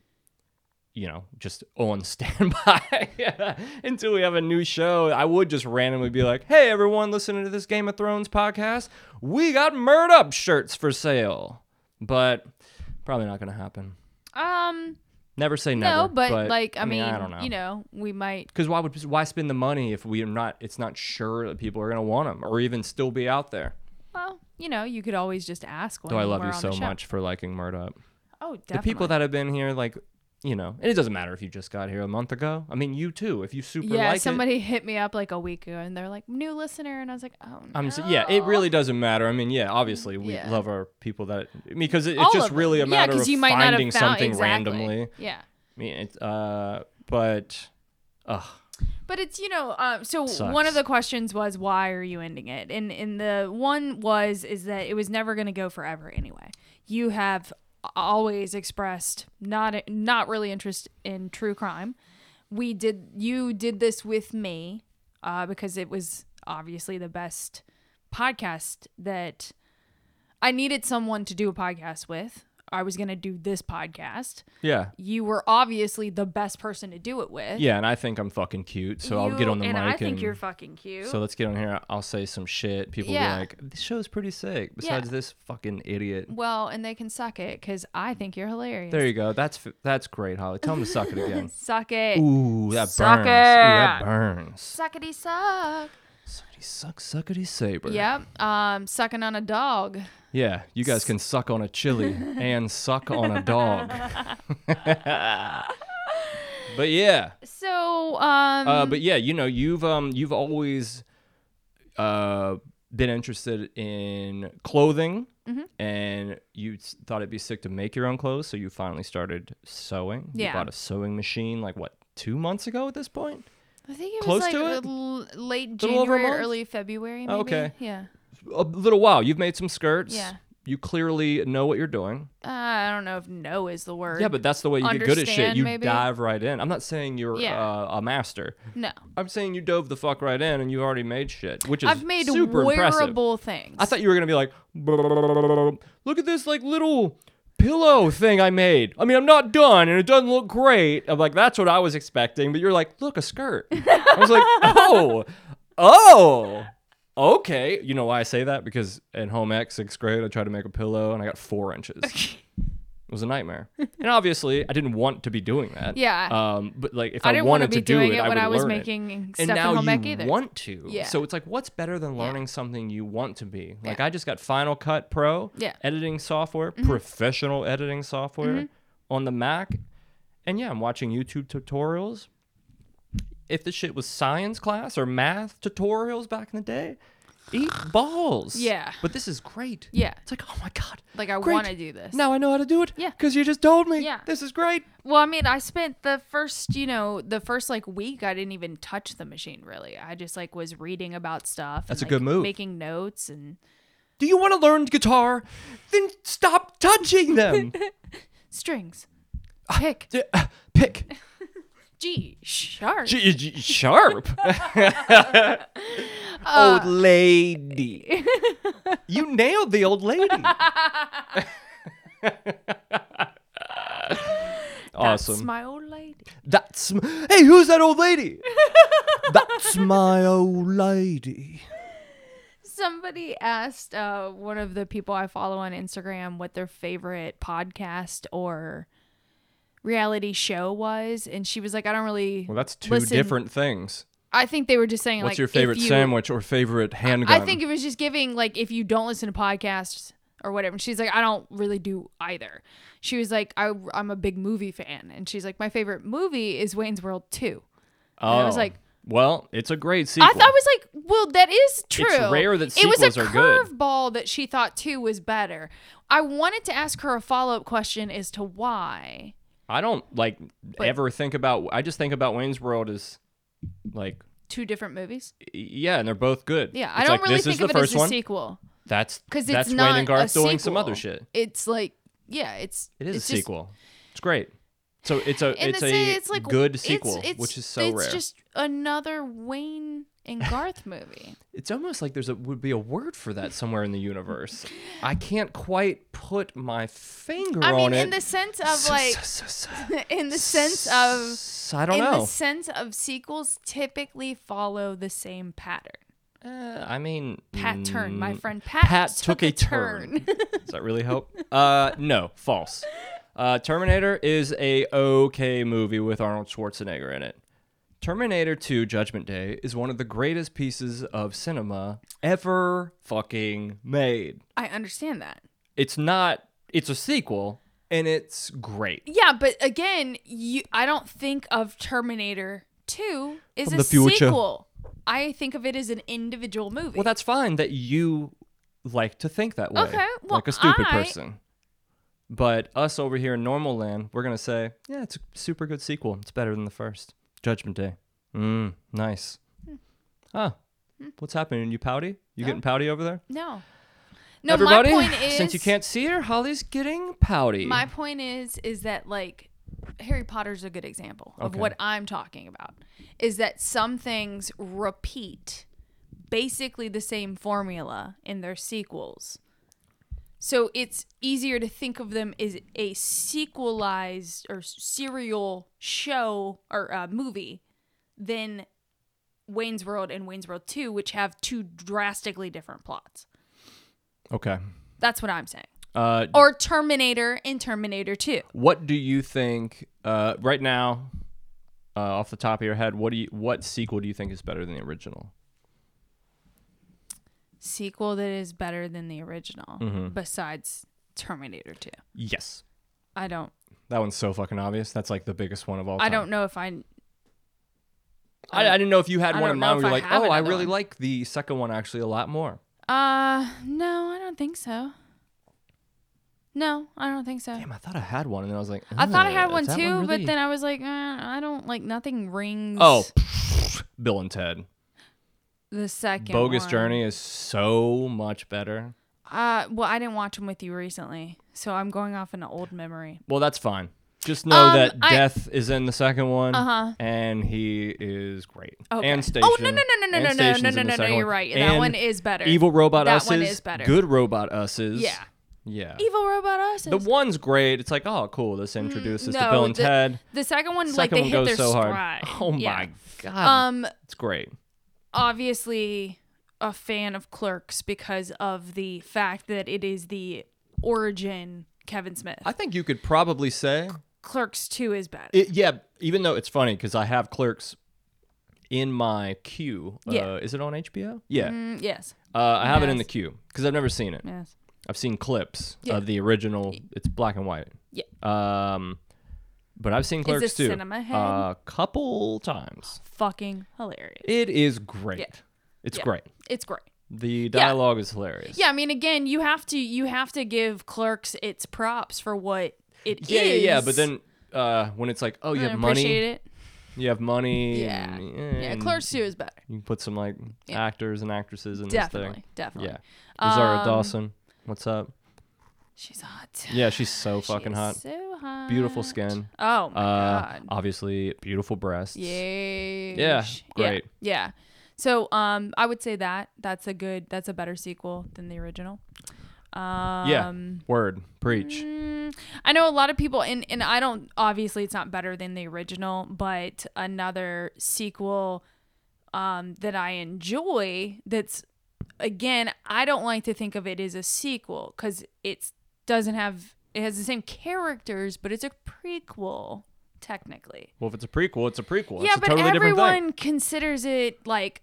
you know, just on *laughs* standby *laughs* until we have a new show. I would just randomly be like, hey, everyone listening to this Game of Thrones podcast, we got Murd Up shirts for sale. But probably not going to happen. Um, Never say never. no, but, like, I, mean, I don't know. you know, we might. Because why would why spend the money if we're not? It's not sure that people are gonna want them or even still be out there. Well, you know, you could always just ask. When Though I love we're you on so the show. much for liking Murd Up. Oh, definitely. The people that have been here, like you know, and it doesn't matter if you just got here a month ago. I mean, you too. If you super yeah, like it, somebody hit me up like a week ago, and they're like, "New listener," and I was like, "Oh, no. I'm s yeah, it really doesn't matter. I mean, yeah, obviously we Yeah. love our people that because it, All it's just of really a them. Yeah, matter 'cause of you might not have finding found- something exactly. randomly. Yeah, I mean, it's uh, but ugh, but it's you know, um, so one Sucks. of the questions was, "Why are you ending it?" And and the one was is that it was never going to go forever anyway. You have always expressed not not really interest in true crime. We did you did this with me uh, because it was obviously the best podcast that I needed someone to do a podcast with. I was going to do this podcast. Yeah. You were obviously the best person to do it with. Yeah, and I think I'm fucking cute, so I'll get You- on the and mic I and think you're fucking cute. so let's get on here. I'll say some shit. People Yeah. will be like, "This show's pretty sick." Besides this fucking idiot. well, and they can suck it because I think you're hilarious. There you go. That's f- that's great, Holly. Tell him to suck *laughs* it again. Suck it. Ooh, that Suck burns. Ooh, that burns. Suckety suck. Suckety suck, suckety saber. Yep. Um, sucking on a dog. Yeah, you guys can suck on a *laughs* chili and suck on a dog. *laughs* but yeah, So, um, uh, but yeah, you know, you've um, you've always uh, been interested in clothing, Mm-hmm. and you s- thought it'd be sick to make your own clothes, so you finally started sewing. Yeah. you bought a sewing machine like what two months ago at this point. I think it close was like to it? l- late little over a January, month? Oh, early February. Maybe. Okay. Yeah. A little while. You've made some skirts. Yeah. You clearly know what you're doing. Uh, I don't know if no is the word. Yeah, but that's the way you get good at shit. Understand, You maybe? dive right in. I'm not saying you're Yeah. uh, a master. no. I'm saying you dove the fuck right in and you already made shit, which is I've made super impressive. wearable things. I thought you were gonna be like, look at this like little pillow thing I made. I mean, I'm not done and it doesn't look great. I'm like, that's what I was expecting, but you're like, look, a skirt. I was *laughs* like, oh, oh. Okay, you know why I say that? Because in home ec, sixth grade, I tried to make a pillow and I got four *laughs* inches. it was a nightmare, and obviously, I didn't want to be doing that. Yeah. Um, but like, if I, I didn't want to wanted be to do doing it, it I when would I was learn it making and stuff now in home you ec either. want to. Yeah. So it's like, what's better than learning something you want to be? Like Yeah. I just got Final Cut Pro, Yeah. Mm-hmm. editing software, professional editing software on the Mac, and yeah, I'm watching YouTube tutorials. If this shit was science class or math tutorials back in the day, eat balls. Yeah. But this is great. Yeah. It's like, oh my god. Like I Great. want to do this. Now I know how to do it. Yeah. Because you just told me. Yeah. This is great. Well, I mean, I spent the first, you know, the first like week, I didn't even touch the machine really. I just like was reading about stuff. and, That's a like, good move. Making notes and Do you want to learn guitar? Then stop touching *laughs* them. strings. Ah. Pick D- *sighs* Pick. G sharp. G- G- *laughs* sharp. Uh. old lady. you nailed the old lady. *laughs* *laughs* awesome. That's my old lady. That's m- hey, who's that old *laughs* lady? That's my old lady. Somebody asked uh, one of the people I follow on Instagram what their favorite podcast or reality show was, and she was like, "I don't really." Well, that's two listen- different things. I think they were just saying What's like, your if favorite you- sandwich or favorite handgun? I think it was just giving like if you don't listen to podcasts or whatever. And she's like, I don't really do either. She was like, I, I'm a big movie fan, and she's like, my favorite movie is Wayne's World Two. oh. I was like- well, it's a great sequel. I thought it was like, well, that is true. rare that it was sequels a are good. curveball that she thought two was better. I wanted to ask her a follow up question as to why. I don't like ever think about. I just think about Wayne's World as like Two different movies. Yeah, and they're both good. Yeah, it's I don't like, really this think is of the it first as a one. sequel That's because it's that's not Wayne and Garth a doing some sequel. other shit. It's like, yeah, it's It is it's a just- sequel. It's great. So it's a and it's that's a it. It's like good it's- sequel, it's- which is so it's rare. just another Wayne *laughs* and Garth movie. it's almost like there's a would be a word for that somewhere in the universe. I can't quite put my finger I on mean, it. in the sense of like, *laughs* in the sense of, I don't in know. the sense of sequels typically follow the same pattern. Uh, I mean, Pat turn, my mm, friend Pat, Pat took, a turn. *laughs* Does that really help? Uh, no, false. Uh, Terminator is a okay movie with Arnold Schwarzenegger in it. Terminator 2 Judgment Day is one of the greatest pieces of cinema ever fucking made. I understand that. It's not, it's a sequel and it's great. Yeah, but again, you I don't think of Terminator 2 is From a the future. sequel. I think of it as an individual movie. Well, that's fine that you like to think that way. Okay, well, like a stupid I- person. But us over here in normal land, we're going to say, yeah, it's a super good sequel. It's better than the first. Judgment Day. Mm, nice. Hmm. Huh. What's happening? You pouty? You getting pouty over there? no. No, Everybody, my point is since you can't see her, Holly's getting pouty. My point is is that like Harry Potter's a good example of Okay. what I'm talking about. Is that some things repeat basically the same formula in their sequels. So it's easier to think of them as a sequelized or serial show or uh, movie than Wayne's World and Wayne's World 2, which have two drastically different plots. Okay. That's what I'm saying. Uh, Or Terminator and Terminator 2. what do you think uh, right now, uh, off the top of your head? What do you what sequel do you think is better than the original? Sequel that is better than the original, Mm-hmm. besides Terminator 2. Yes, I don't. that one's so fucking obvious. That's like the biggest one of all. Time. I don't know if I I, I didn't know if you had I one don't in know mind. if Where I you're like, have oh, I another really one." like the second one actually a lot more. Uh, no, I don't think so. No, I don't think so. Damn, I thought I had one, and then I was like, I thought I "Ugh, had one is that too, really-" but then I was like, uh, I don't like nothing rings. oh, *laughs* Bill and Ted. the second Bogus one. Journey is so much better. Uh, well, I didn't watch them with you recently, so I'm going off an old memory. Well, that's fine. Just know Um, that I- Death is in the second one, Uh-huh. and he is great. Okay. And Station. Oh no no no no and no no Station's no in no the no no! second You're right. That And one is better. Evil Robot That Uses. one is better. Good Robot Uses. Yeah. Yeah. Evil Robot Us. the one's great. It's like, oh, cool. This introduces to Mm, no, Bill and the- Ted. the second one, Second like they one hit goes their so stride. hard. *laughs* Oh Yeah. my god, Um, it's great. obviously a fan of Clerks because of the fact that it is the origin Kevin Smith. I think you could probably say Clerks 2 is better. It, yeah, even though it's funny because I have Clerks in my queue. Uh, Yeah. is it on HBO? Yeah. Mm, yes. Uh, I have it in Yes. the queue because I've never seen it. Yes. I've seen clips Yeah. of the original. It's black and white. Yeah. Um, but I've seen Clerks this too cinema head? a couple times. Fucking hilarious. It is great. It's Yeah. great. It's great. The dialogue is hilarious. Yeah, I mean again, you have to you have to give Clerks its props for what it is. Yeah, yeah, yeah. But then uh, when it's like, oh, you I have money, appreciate it. you have money. Yeah. and- Yeah, and Clerks 2 is better. You can put some like Yeah. actors and actresses in this Definitely. thing. Definitely. Yeah. Lazara Um, Dawson. What's up? She's hot. Yeah, she's so She fucking is hot. So hot. Beautiful skin. Oh my Uh, god. obviously, beautiful breasts. Yay. great. Yeah. So um I would say that that's a good that's a better sequel than the original. Um Yeah. Word. Preach. mm, I know a lot of people and and I don't obviously it's not better than the original, but another sequel um that I enjoy that's again, I don't like to think of it as a sequel cuz it's doesn't have it has the same characters, but it's a prequel technically Well, if it's a prequel, it's a prequel. yeah, it's a but totally different thing. everyone considers it like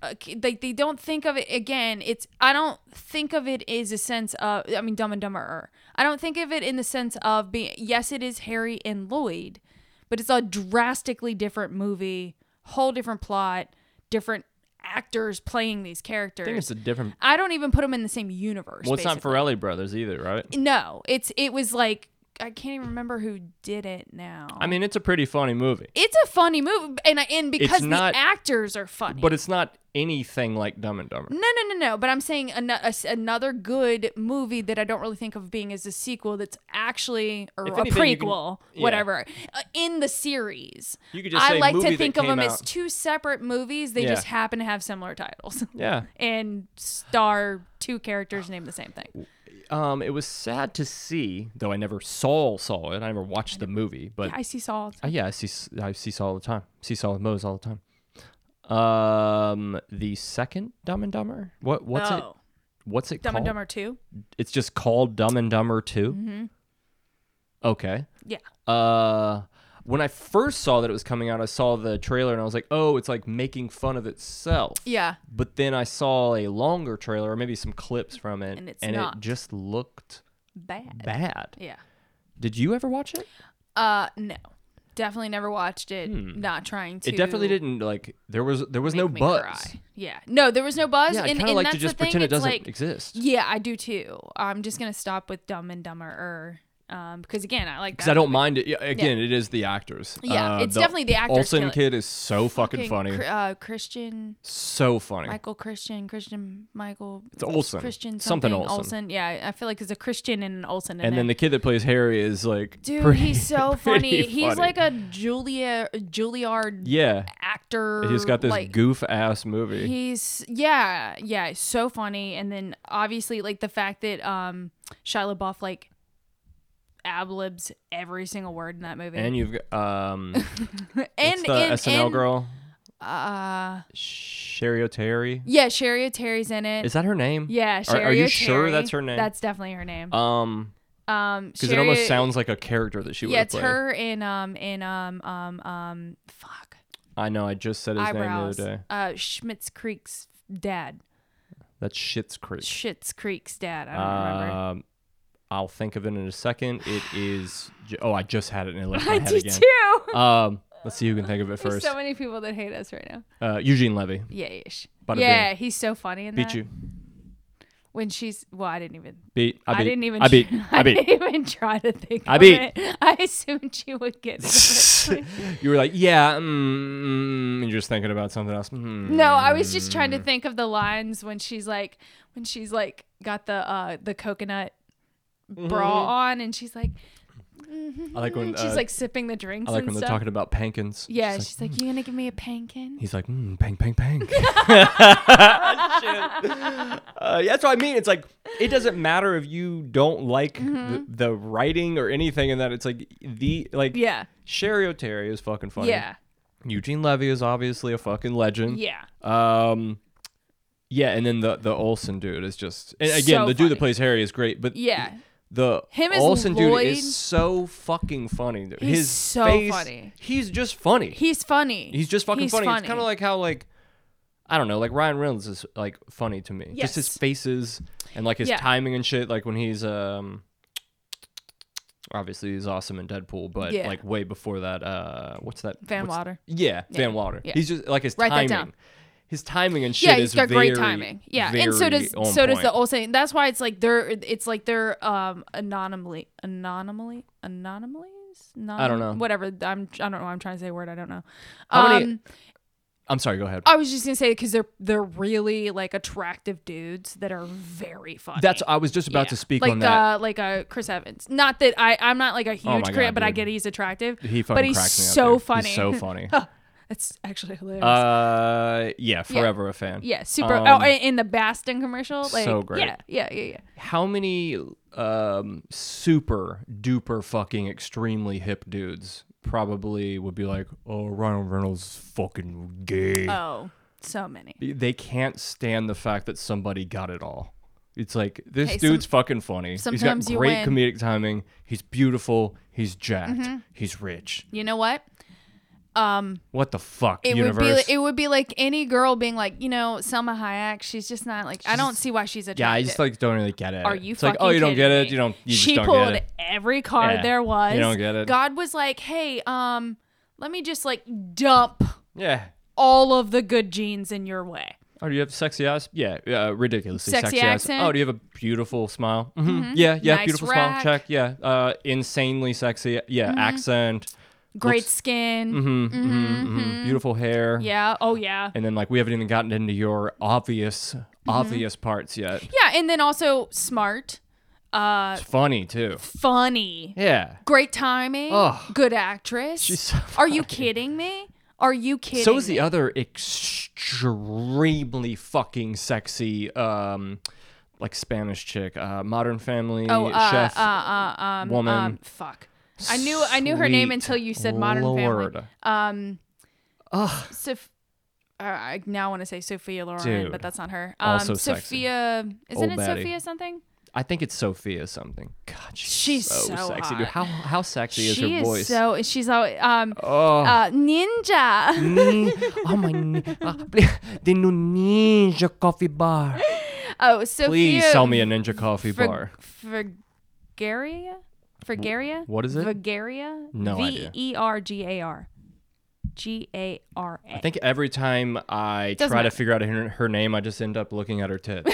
uh, k- like they don't think of it again. It's I don't think of it as a sense of I mean Dumb and Dumber. I don't think of it in the sense of being yes, it is Harry and Lloyd, but it's a drastically different movie, whole different plot, different actors playing these I think characters. it's a different. I don't even put them in the same universe. Well, it's not basically. Farrelly Brothers either, right? No, it's it was like I can't even remember who did it now. I mean, it's a pretty funny movie, It's a funny movie, and I- and because not- the actors are funny. but it's not anything like Dumb and Dumber. no, no, no, no. But I'm saying an- a s- another good movie that I don't really think of being as a sequel. That's actually or If a anything, you can- prequel, yeah. whatever, uh, in the series. You could just I say like movie to that think of came them as out. two separate movies. They Yeah. just happen to have similar titles *laughs* Yeah. and star two characters named the same thing. Um, it was sad to see, though I never saw saw it. I never watched the movie, but I see Saul. Uh, yeah, I see. I see all the time. See saw with Moe's all the time. Um, the second Dumb and Dumber. What? What's it? oh, What's it Dumb called? and Dumber Mm-hmm. Two. It's just called Dumb and Dumber 2 Okay. Yeah. Uh, when I first saw that it was coming out, I saw the trailer and I was like, "Oh, it's like making fun of itself." Yeah. But then I saw a longer trailer, or maybe some clips from it, And it's it not. just looked Bad. bad. Yeah. Did you ever watch it? Uh, no, definitely never watched it. Not trying to. Hmm. It definitely didn't. Like there was there was no make me buzz. cry. Yeah, no, there was no buzz. Yeah, I and, kind of and like to that's just the thing. pretend it it's doesn't like, exist. Yeah, I do too. I'm just gonna stop with Dumb and Dumber. Um, because again, I like Because I don't mind it. Yeah, Again, it is the actors. Uh, Yeah, it's the definitely the actors kill Olsen it. kid is so fucking, funny. Cr- uh, Christian so funny. Michael Christian Christian Michael. It's Olsen. Christian Something something, Olsen. Olsen. Yeah, I feel like there's a Christian and an Olsen. In and then there. the kid that plays Harry is like, dude, pretty- he's so *laughs* pretty funny. He's like a Julia Juilliard yeah. actor. He's got this like, goof ass movie. He's yeah, yeah, it's so funny. And then obviously like the fact that um Shia LaBeouf like ablibs every single word in that movie. and you've got *laughs* um, and, what's the and- SNL and, girl Uh, Sherry O'Terry. yeah, Sherry O'Terry's in it. Is that her name? yeah, Are, Sherry are you O'Terry. sure that's her name? That's definitely her name. um, Um, because it almost Sherry- sounds like a character that she would Yeah, it's play. her in um in um um um fuck I know. I just said his eyebrows. name the other day. Uh, Schmitz Creek's dad. That's Shit's Creek. Schitz Creek's dad. I don't remember. Um, I'll think of it in a second. *sighs* It is. ju- Oh, I just had it and it left my *laughs* I head do again. too. Um, let's see who can think of it *laughs* There's first. so many people that hate us right now. Uh, Eugene Levy. Yeah, ish. Bada yeah, he's so funny in Beat that. you. When she's well, I didn't even. Beat. I I, beat. didn't even. I beat. *laughs* tr- I beat. didn't even try to think. I of beat. It. *laughs* I assumed she *laughs* would get. it. you were like, yeah, mm, mm, and you're just thinking about something else. Mm. No, I was just trying to think of the lines when she's like, when she's like got the uh the coconut bra on, and she's like, Mm-hmm. I like when and *laughs* she's uh, like sipping the drinks. I like and when they're stuff. talking about pankins. Yeah, She's like, she's like, you gonna give me a pankin? He's like, mm, bang, bang, *laughs* *laughs* bang. Shit. Uh, yeah, that's what I mean. It's like, it doesn't matter if you don't like Mm-hmm. the, the writing or anything in that. It's like, the, like, Yeah, Sherry O'Terry is fucking funny. yeah, Eugene Levy is obviously a fucking legend. yeah. Um, yeah, and then the the Olsen dude is just, and again, So the dude that funny. plays Harry is great, but Yeah. the Him as Olsen dude Lloyd. is so fucking funny. dude. He's His so face, funny. He's just funny. He's funny. he's just fucking funny. It's kind of like how like. I don't know, like Ryan Reynolds is like funny to me. Just his Yes. faces and like his Yeah. timing and shit. Like when he's um, obviously he's awesome in Deadpool, but Yeah. like way before that, uh, what's that? Van what's- Wilder. yeah, Van Wilder. yeah. He's just like his Write timing. that down. His timing and shit Yeah, he's is got great very, timing. Yeah, and so very does on so does the point. Olsen. That's why it's like they're it's like they're um anonymously anonymously anomalies. I don't know. Whatever. I'm I don't know. I'm trying to say a word I don't know. How um, many- I'm sorry, go ahead. I was just gonna say because they're they're really like attractive dudes that are very funny. That's I was just about Yeah. to speak like on that. uh, like uh, Chris Evans. Not that I I'm not like a Oh huge my Chris, God, but I dude. get he's attractive. He fucking but he's cracks me up. so dude. funny. He's so funny. *laughs* That's actually hilarious. uh yeah, forever a fan. yeah, super. um, oh, and in the Bastin commercial, like so great. yeah, yeah, yeah, yeah. How many um super duper fucking extremely hip dudes probably would be like, "Oh, Ryan Reynolds is fucking gay." Oh, so many. they can't stand the fact that somebody got it all. It's like this Hey, some- dude's fucking funny. He's got sometimes you great win. Mm-hmm. comedic timing. He's beautiful. He's jacked. He's rich. You know what? Um, What the fuck, it universe? would be li- it would be like any girl being like, you know, Selma Hayek. She's just not like I don't see why she's attractive. yeah, I just like don't really get it. Are you It's like, fucking oh, you don't kidding get it. me? You don't. You she just don't pulled get it. every card Yeah. there was. You don't get it. God was like, hey, um, let me just like dump Yeah. all of the good genes in your way. Oh, do you have sexy eyes? Yeah, uh, ridiculously Sexy sexy, accent? Mm-hmm. eyes. Oh, do you have a beautiful smile? hmm Yeah, yeah, Nice beautiful rack. Mm-hmm. smile. Check. Yeah, uh, insanely sexy. Yeah, accent. Great skin. hmm hmm Beautiful hair. Mm-hmm, Yeah. Oh yeah. and then like we haven't even gotten into your obvious Mm-hmm. obvious parts yet yeah, and then also smart, uh, it's funny too funny, yeah great timing, Ugh. good actress. She's so *laughs* Are you kidding me? Are you kidding? so is me? the other extremely fucking sexy um like spanish chick uh modern family oh, uh, chef uh, uh, um, woman. um, fuck. I knew I knew her name Sweet until you said Modern Lord. Family. Um, Ugh. Sof- uh, I now want to say Sophia Loren, Dude. but that's not her. Um, Also sexy. Sophia, isn't Old it baddie. Sophia something? i think it's sophia something god she's, She's so, so sexy dude how hot. how sexy is she her voice is so. She's all um, oh uh, ninja. *laughs* Ni- oh my ni- ah, please, the new ninja coffee bar *laughs* oh, Sophia. please sell me a ninja coffee bar Vergaria. Vergaria. what is it? Vergaria. No idea. V e r g a r. G a r a. I think every time I Doesn't try to matter. *laughs* figure out her, her name, I just end up looking at her tits.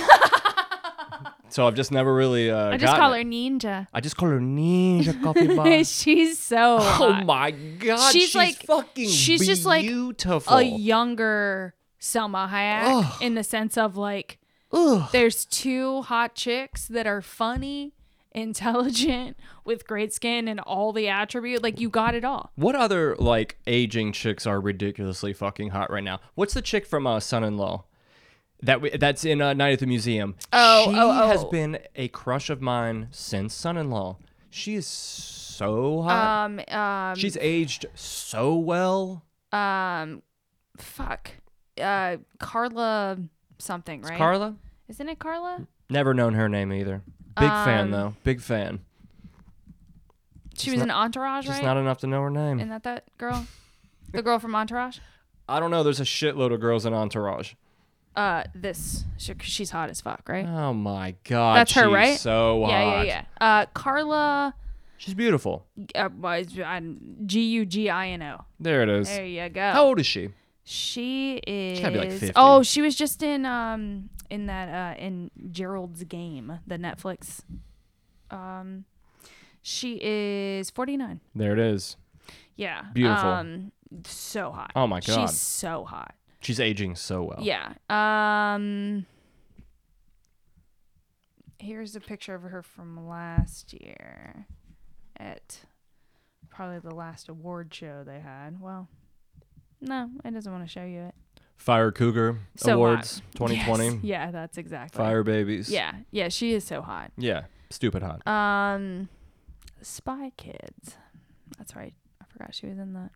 So I've just never really. Uh, I just gotten call it. her Ninja. I just call her Ninja *laughs* Coffee Bar. she's so oh hot. my god, She's she's, like- fucking she's just like beautiful. a younger Selma Hayek Ugh. in the sense of like Ugh. there's two hot chicks that are funny, intelligent, with great skin and all the attribute. Like you got it all. What other like aging chicks are ridiculously fucking hot right now? What's the chick from uh, Son in Law? That we, that's in uh, Night at the Museum. Oh, she oh, has oh. been a crush of mine since Son in Law. She is so hot. Um um She's aged so well. um fuck. Uh Carla something, right? Carla, Isn't it Carla? never known her name either. Big Um, fan though. Big fan. She was in Entourage, Just right? not enough to know her name. Isn't that that girl? The girl from Entourage? I don't know. There's a shitload of girls in Entourage. Uh, this she, she's hot as fuck, right? Oh my god, That's her, she's right? So hot. yeah, yeah, yeah. Uh, Carla, She's beautiful. uh, G U G I N O. There it is. There you go. How old is she? She is. Oh. gotta be like 50. Oh, she was just in um in that uh in Gerald's Game, the Netflix. Um, she is forty nine. There it is. Yeah. Beautiful. Um, so hot. Oh my God. She's so hot. She's aging so well. Yeah. Um Here's a picture of her from last year at probably the last award show they had. Well, no, I doesn't want to show you it. Fire Cougar So Awards hot. 2020. Yes. Yeah, that's exactly. Fire Babies. Yeah. Yeah, she is so hot. Yeah. Stupid hot. Um Spy Kids. That's right. I forgot she was in that.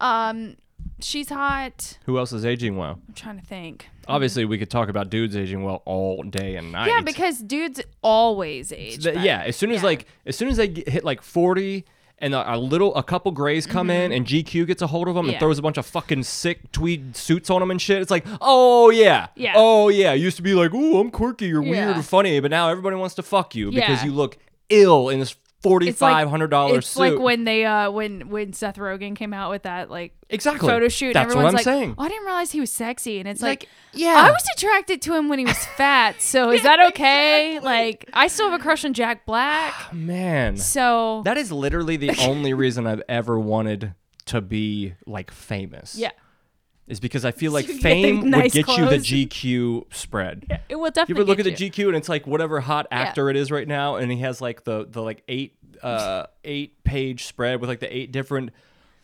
Um she's hot. Who else is aging well? I'm trying to think. Obviously, we could talk about dudes aging well all day and night. Yeah, because dudes always age. Th- better. yeah, as soon as Yeah. like as soon as they get, hit like 40 and a, a little a couple grays come in and GQ gets a hold of them Mm-hmm. Yeah. and throws a bunch of fucking sick tweed suits on them and shit. It's like, "Oh yeah. Yeah. Oh yeah, It used to be like, "Ooh, I'm quirky, you're weird Yeah. or funny," but now everybody wants to fuck you because Yeah. you look ill in this It's like- $4500 It's suit. like when they uh when when Seth Rogen came out with that like exactly. photo shoot. and That's everyone's what I'm like, saying. "Oh, I didn't realize he was sexy, and it's like, Like, yeah. I was attracted to him when he was *laughs* fat. So is that okay? Like, I still have a crush on Jack *sighs* Black. Man. So That is literally *laughs* the only reason I've ever wanted to be like famous. yeah, Is because I feel like you get the fame nice would get clothes. you the GQ spread. it will You definitely. ever look at get the GQ and it's like whatever hot actor it is right now, and he has like the the like eight uh eight page spread with like the eight different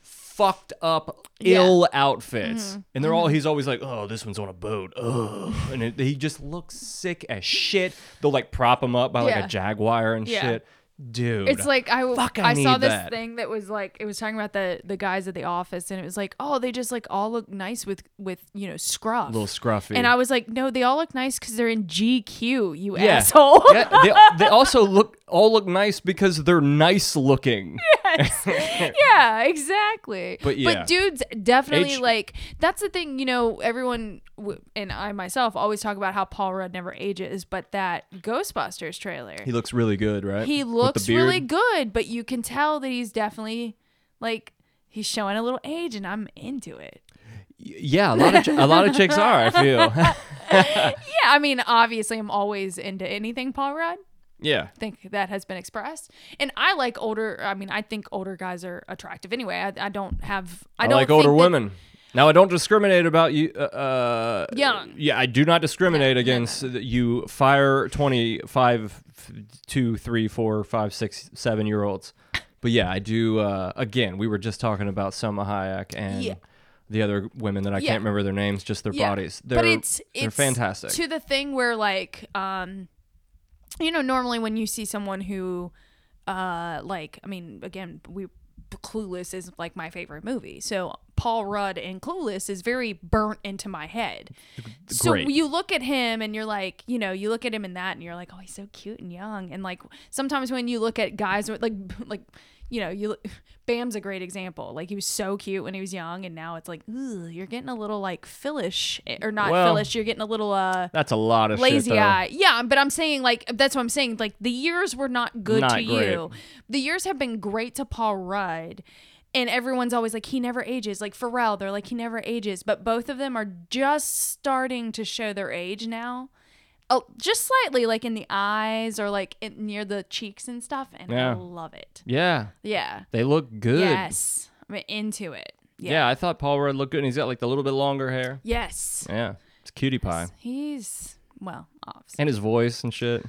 fucked up Yeah. Mm-hmm. ill outfits, and they're all he's always like, oh, this one's on a boat, ugh, and it, he just looks sick as shit. They'll like prop him up by like Yeah. a jaguar and Yeah. shit, dude. It's like I, w- Fuck, I, I saw need this that. thing that was like it was talking about the the guys at the office and it was like oh they just like all look nice with with you know scruff little scruffy. and I was like no they all look nice because they're in GQ you Yeah. *laughs* asshole yeah, they, they also look all look nice because they're nice *laughs* looking. yeah, exactly. But yeah. dudes definitely Age- like that's the thing. You know, everyone w- and I myself always talk about how Paul Rudd never ages, but that Ghostbusters trailer, He he, looks really good, right? With the looks beard. really good, but you can tell that he's definitely like he's showing a little age, and I'm into it. Yeah, a lot of ch- a lot of chicks are. I *laughs* feel. *laughs* Yeah, I mean, obviously, I'm always into anything Paul Rudd. yeah, think that has been expressed. And I like older. I mean, I think older guys are attractive anyway. I, I don't have. I, I, don't like older think that- women. Now I don't discriminate about you. Uh, uh, Young. Yeah, I do not discriminate against th- you. Fire 25, f- 2, 3, 4, 5, 6, 7 year olds. But yeah, I do. Uh, again, we were just talking about Selma Hayek and Yeah. the other women that I Yeah. can't remember their names, just their Yeah. bodies. They're, but it's they're it's fantastic. to the thing where like um you know normally when you see someone who uh like i mean again we clueless is like my favorite movie so paul rudd in clueless is very burnt into my head so Great. you look at him and you're like you know you look at him in that and you're like oh he's so cute and young and like sometimes when you look at guys with like *laughs* like you know you *laughs* bam's a great example like he was so cute when he was young and now it's like "Ooh, you're getting a little like philish or not Well- philish you're getting a little uh That's a lot of lazy shit, though. eye. Yeah, but I'm saying like that's what I'm saying. Like the years were not good Not to great. you. The years have been great to Paul Rudd. And everyone's always like, he never ages. Like Pharrell, they're like, he never ages. But both of them are just starting to show their age now. oh, just slightly, like in the eyes or like it, near the cheeks and stuff, and I Yeah. love it. Yeah, Yeah. they look good. Yes, I'm into it. Yeah. Yeah. I thought Paul Rudd looked good. and He's got like the little bit longer hair. Yes. Yeah, it's cutie pie. He's well, obviously. And his voice and shit.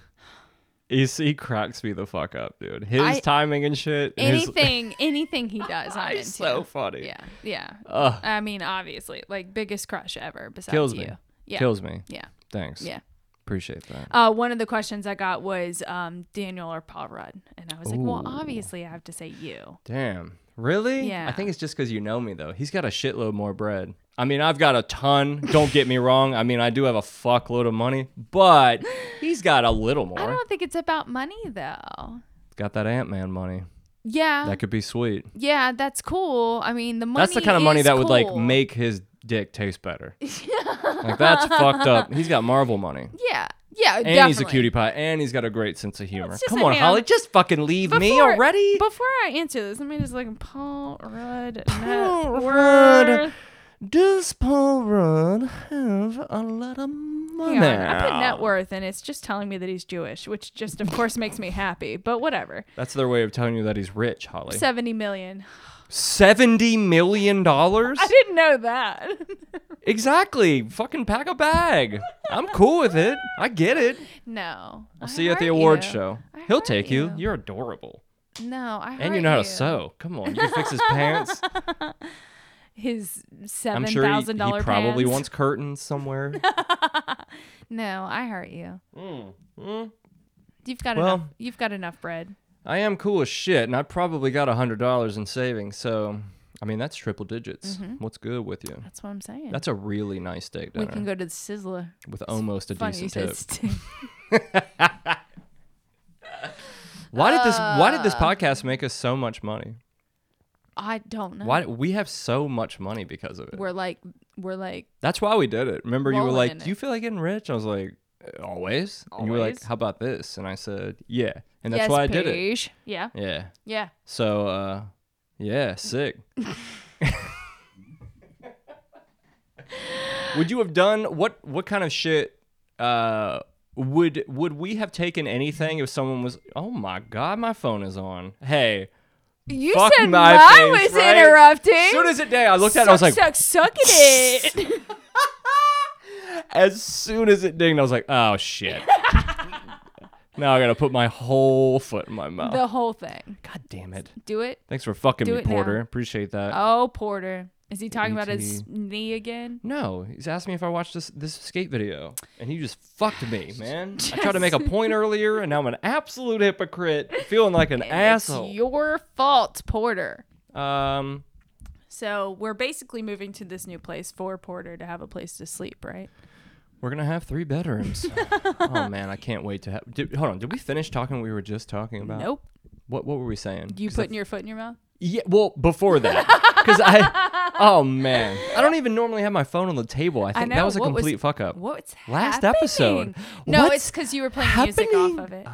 He's, he cracks me the fuck up, dude. His I- timing and shit. and his- Anything, anything he does, I'm *laughs* into. He's *laughs* so funny. Yeah, yeah. Ugh, I mean, obviously, like biggest crush ever. Besides kills you. me. Yeah. Kills me. Yeah. Thanks. Yeah. Appreciate that. Uh, one of the questions I got was um, Daniel or Paul Rudd, and I was like, well, Ooh. obviously, I have to say you. Damn. Really? I Yeah. think it's just because you know me, though. He's got a shitload more bread. I mean, I've got a ton. Don't get me wrong. I mean, I do have a fuckload of money, *gasps* but he's got a little I more. don't think it's about money though. Got that Ant Man money. Yeah, That could be sweet. yeah, that's cool. I mean, the money. That's the kind of money is that would like cool. make his dick taste *laughs* better. like that's fucked up. He's got Marvel money. Yeah, yeah, And definitely. he's a cutie pie, and he's got a great sense of humor. just Come like on, him. Holly, just fucking leave me Before- already. Before I answer this, let me just look at Paul Rudd. Paul net Rudd. worth. Does Paul Rudd have a lot of money? Hang on, I put net worth, and it's just telling me that he's Jewish, which just, of course, makes me happy. But whatever, That's their way of telling you that he's rich, Holly. *laughs* seventy million. Seventy million dollars? I didn't know that. *laughs* Exactly. Fucking pack a bag. I'm cool with it. I get it. no, I'll see you at the awards show. I He'll heart take you. you. You're adorable. No, I And you heart know how to sew. Come on, you can fix his *laughs* pants. His I'm seven sure he, thousand he dollar probably wants curtains *laughs* somewhere. No, I hurt you. Mm, mm. You've got Well- enough. You've got enough bread. I am cool as shit, and I probably got a hundred dollars in savings. So, I mean, that's triple digits. What's good with you? That's what I'm saying. That's a really nice steak Mm-hmm. we dinner can go to the Sizzler. with almost a Funny, you decent said tip. steak. Why did this? Why Uh. did this podcast make us so much money? *laughs* I don't know. Why we have so much money because of it? Uh. We're like, we're like, That's why we did it. Remember, you were rolling like, in "Do it. you feel like getting rich?" I was like, "Uh, "Always." And you were like, Always. "How about this?" And I said, "Yeah." And that's yes, why I did it. Paige. Yeah, Yeah. yeah. So, uh, yeah, sick. would you have done what? What kind of shit? Uh, would would we have taken anything if someone was? Oh my god, my phone is on. Hey, You fuck said my I face, was right? interrupting. As soon as it day, I looked at it. I was like, suck, suck *laughs* it. in. as soon as it dinged, I was like, oh *laughs* shit. now I gotta put my whole foot in my mouth. the whole thing. God damn it. Do it. Thanks for fucking Do me, it now. Porter. Appreciate that. Oh, Porter. Is he talking about his ET. knee again? no, he's asking me if I watched this this skate video, and he just fucked *sighs* me, man. I tried to make a point earlier, and now I'm an absolute hypocrite, feeling like an *laughs* It's asshole. your fault, Porter. Um, So we're basically moving to this new place for Porter to have a place to sleep, right? we're gonna have three *laughs* bedrooms. oh man, I can't wait to have. Did, hold on, did we finish talking? what We were just talking about. Nope. What What were we saying? You 'Cause I putting your foot in your mouth? Yeah, well, before that, because *laughs* I, oh man, I don't even normally have my phone on the table. I think that know, was a what was- complete fuck up. What's Last happening? episode. No, What's it's because you were playing music happening? off of it.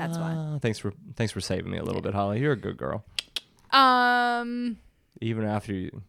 That's why. Ah, thanks for thanks for saving me a little bit, Holly. You're a good girl. Um. Even after you,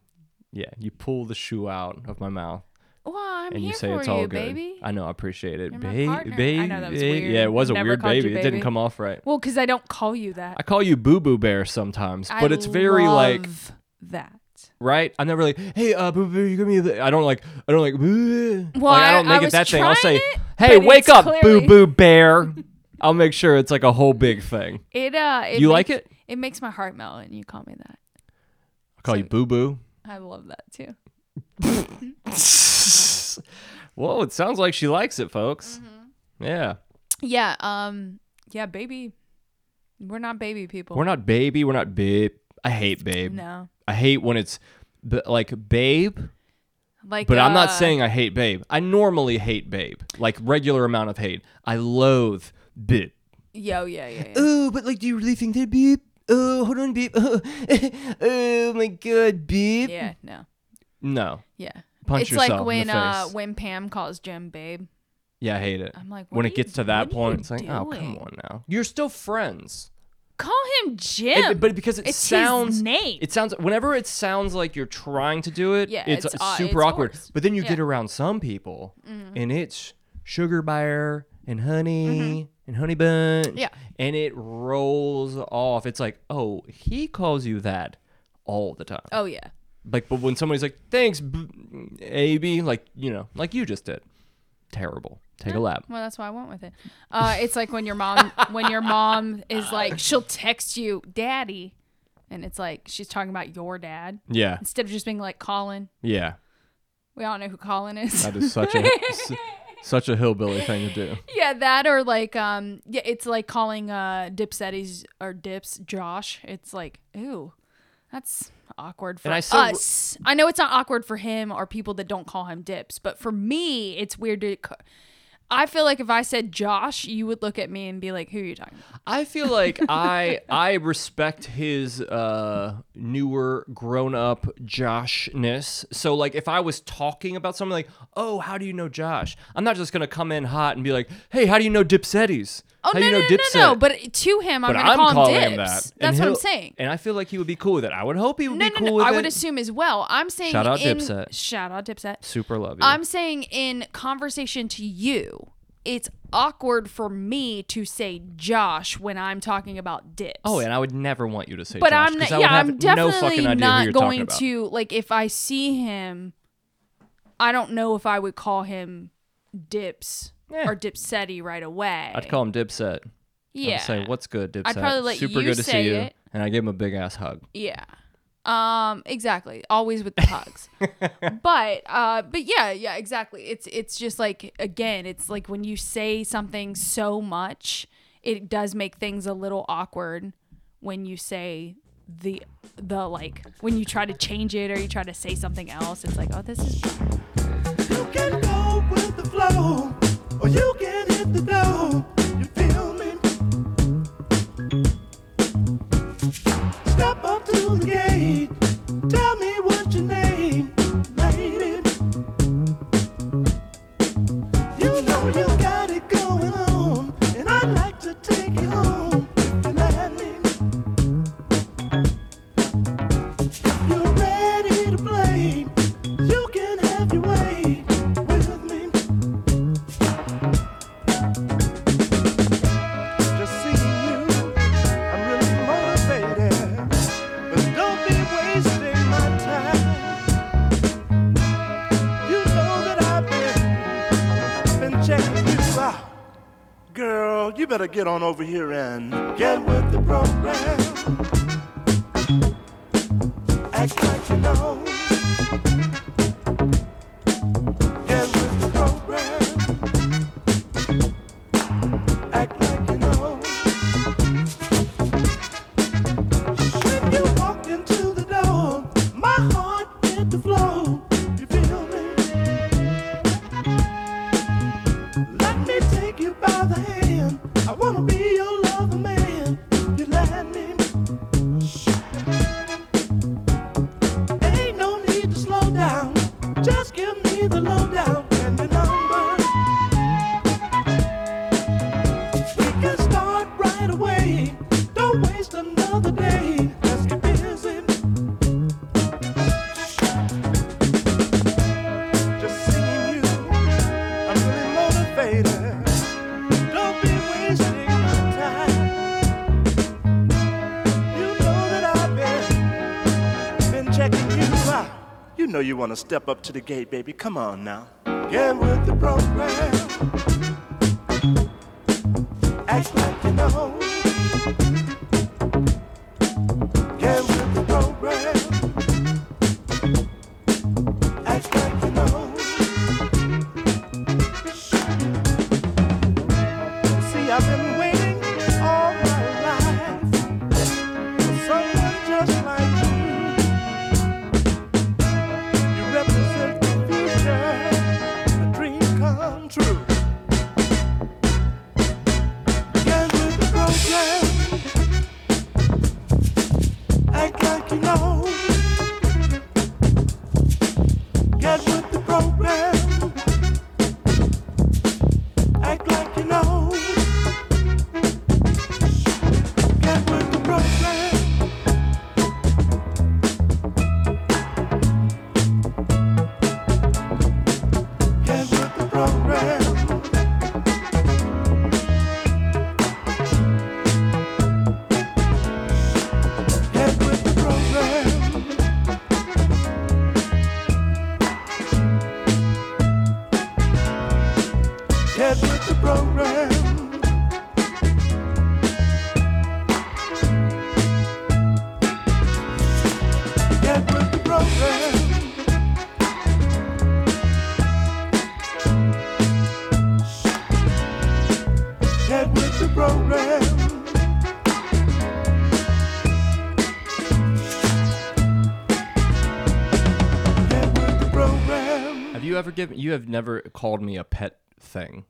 yeah, you pull the shoe out of my mouth Well, I'm and here you say for it's all you, good. baby. I know, I appreciate it, You're my baby. partner. baby. I know, that was weird. Yeah, it was a Never weird called you baby. It didn't baby. come off right. well, because I don't call you that. I call you Boo Boo Bear sometimes, but I it's very like love that. right? I'm never like, hey, uh, boo boo, you give me the. I don't like, I don't like, boo. Well, like, I I- don't I make it was that thing. I'll say, trying it, hey, but wake it's up, boo clearly- *laughs* boo bear. I'll make sure it's like a whole big thing. It uh. It You makes- like it? It makes my heart melt, and you call me that. I'll call you boo boo. I love that too. Whoa, it sounds like she likes it, folks. Mm-hmm. Yeah. Yeah. Um. Yeah, baby. We're not baby people. We're not baby. We're not babe. I hate babe. No. I hate when it's b- like babe, Like. but I'm not uh, saying I hate babe. I normally hate babe, like regular amount of hate. I loathe babe. Yo. Yeah. Yeah. yeah. Oh, but like, do you really think that, beep? Oh, hold on, beep. *laughs* Oh, my god, beep. yeah. No. No, Yeah. punch it's yourself like when in the face. uh when Pam calls Jim babe. yeah, I hate it. I'm like, what when are it gets you- to that what are you point, it's like, oh, come doing? on now. You're still friends, Call him It- Jim. but because it It's his sounds, name. it sounds. Whenever it sounds like you're trying to do it, Yeah, it's, it's Mm-hmm. aw- super it's awkward. forced. But then you Yeah. get around some people, and it's sugar bear and honey and honey bun. Mm-hmm. Yeah. And it rolls off. It's like, oh, he calls you that all the time. Oh yeah. Like, but when somebody's like, thanks, b- AB, like, you know, like you just did. Terrible. Take a lap. Well, that's why I went with it. Uh, it's like when your mom when your mom is like she'll text you daddy, and it's like she's talking about your dad Yeah. instead of just being like Colin. Yeah. We all know who Colin is. That is such a s- such a hillbilly thing to do. *laughs* Yeah, that or like um yeah, it's like calling uh Dipsetti's or Dips Josh. It's like, ooh, that's awkward for And I still- us. I know it's not awkward for him or people that don't call him Dips, but for me, it's weird to. c- I feel like if I said Josh, you would look at me and be like, "Who are you talking?" About? I feel like *laughs* I I respect his uh newer grown up Joshness. So like if I was talking about something like, oh, how do you know Josh? I'm not just gonna come in hot and be like, hey, how do you know Dipsetti's? Oh how no, do you know no, Dipset? no, no! But to him, I'm But gonna I'm call calling him him Dips. that. and That's what I'm he'll- saying. And I feel like he would be cool with it. I would hope he would No, be no, cool no! with I it. would assume as well. I'm saying Shout out in, Dipset. Shout out Dipset. Super love you. I'm saying in conversation to you, it's awkward for me to say Josh when I'm talking about dips. oh, and I would never want you to say but Josh, I'm 'cause not, I would yeah, have I'm no definitely fucking idea who not you're talking going about. to like if I see him. I don't know if I would call him Dips Yeah. or Dipsetti right away. I'd call him Dipset. yeah, I'd say, what's good, Dipset? I'd probably let Super you good to say see you. it. And I give him a big ass hug. Yeah. Um exactly. Always with the hugs. but uh but yeah, yeah, exactly. It's it's just like again, it's like when you say something so much, it does make things a little awkward when you say the the like when you try to change it or you try to say something else, it's like, "Oh, this is You can go with the flow, or you can hit the flow. You feel me? Step up to the gate. Tell me what your name, lady. You know you got it going on, and I'd like to take you home. if you let me. You're ready to play. You can have your way with me. Just seeing you, I'm really motivated. But don't be wasting my time. You know that I've been, been checking you out. Girl, you better get on over here and get with the program act like you know. Get with the program. Act like you know. When you walk into the door, my heart hit the floor. You feel me? Let me take you by the hand. I wanna be your lover man. You let me. Ain't no need to slow down. Just give me the lowdown and your number. We can start right away. Don't waste another day. Let's get busy. Just seeing you, I'm really motivated. Don't be wasting my time. You know that I've been been checking you out. You know you want to step up to the gate, baby. Come on now. Get with the program. Act like you know. Get with the program. Act like you know. See, I've been waiting all my life for someone just like you. You represent the future, a dream come true. Get with the program. you ever given? You have never called me a pet thing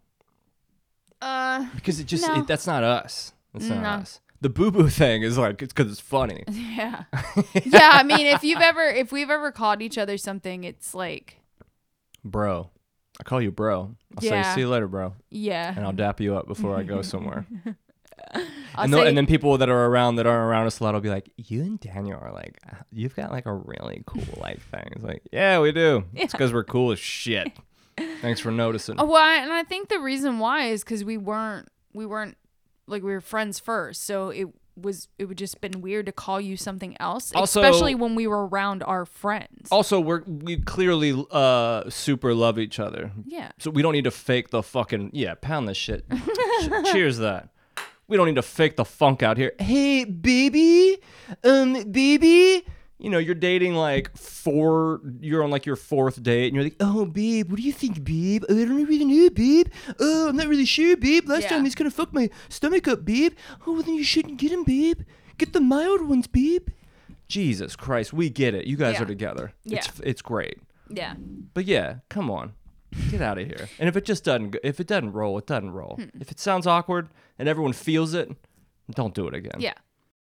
Uh, because it just No. it, that's not us. That's not No. us. The boo boo thing is like it's because it's funny. *laughs* yeah, yeah. I mean, if you've ever, if we've ever called each other something, it's like, bro. I call you bro. I'll say Yeah. see you later, bro, and yeah. I'll dap you up before I *laughs* go somewhere. I'll and, tho- say- and then people that are around that aren't around us a lot will be like, "You and Daniel are like, uh, you've got like a really cool life thing." It's like, yeah, we do. It's because we're cool as *laughs* shit. Thanks for noticing. Oh, well, I, and I think the reason why is because we weren't we weren't like we were friends first, so it was it would just been weird to call you something else, Also- especially when we were around our friends. Also, we're we clearly uh super love each other, yeah, so we don't need to fake the fucking yeah pound this shit. Ch- cheers that. We don't need to fake the funk out here. Hey, baby, um, baby. You know, you're dating like four. You're on like your fourth date, and you're like, "Oh, babe, what do you think, babe? Oh, I don't really know, babe. Oh, I'm not really sure, babe. Last Yeah. time he's gonna fuck my stomach up, babe. Oh, well, then you shouldn't get him, babe. Get the mild ones, babe." Jesus Christ, we get it. You guys Yeah. are together. Yeah. It's it's great. yeah, But yeah, come on, get out of here. And if it just doesn't, go- if it doesn't roll, it doesn't roll. If it sounds awkward and everyone feels it, don't do it again. yeah.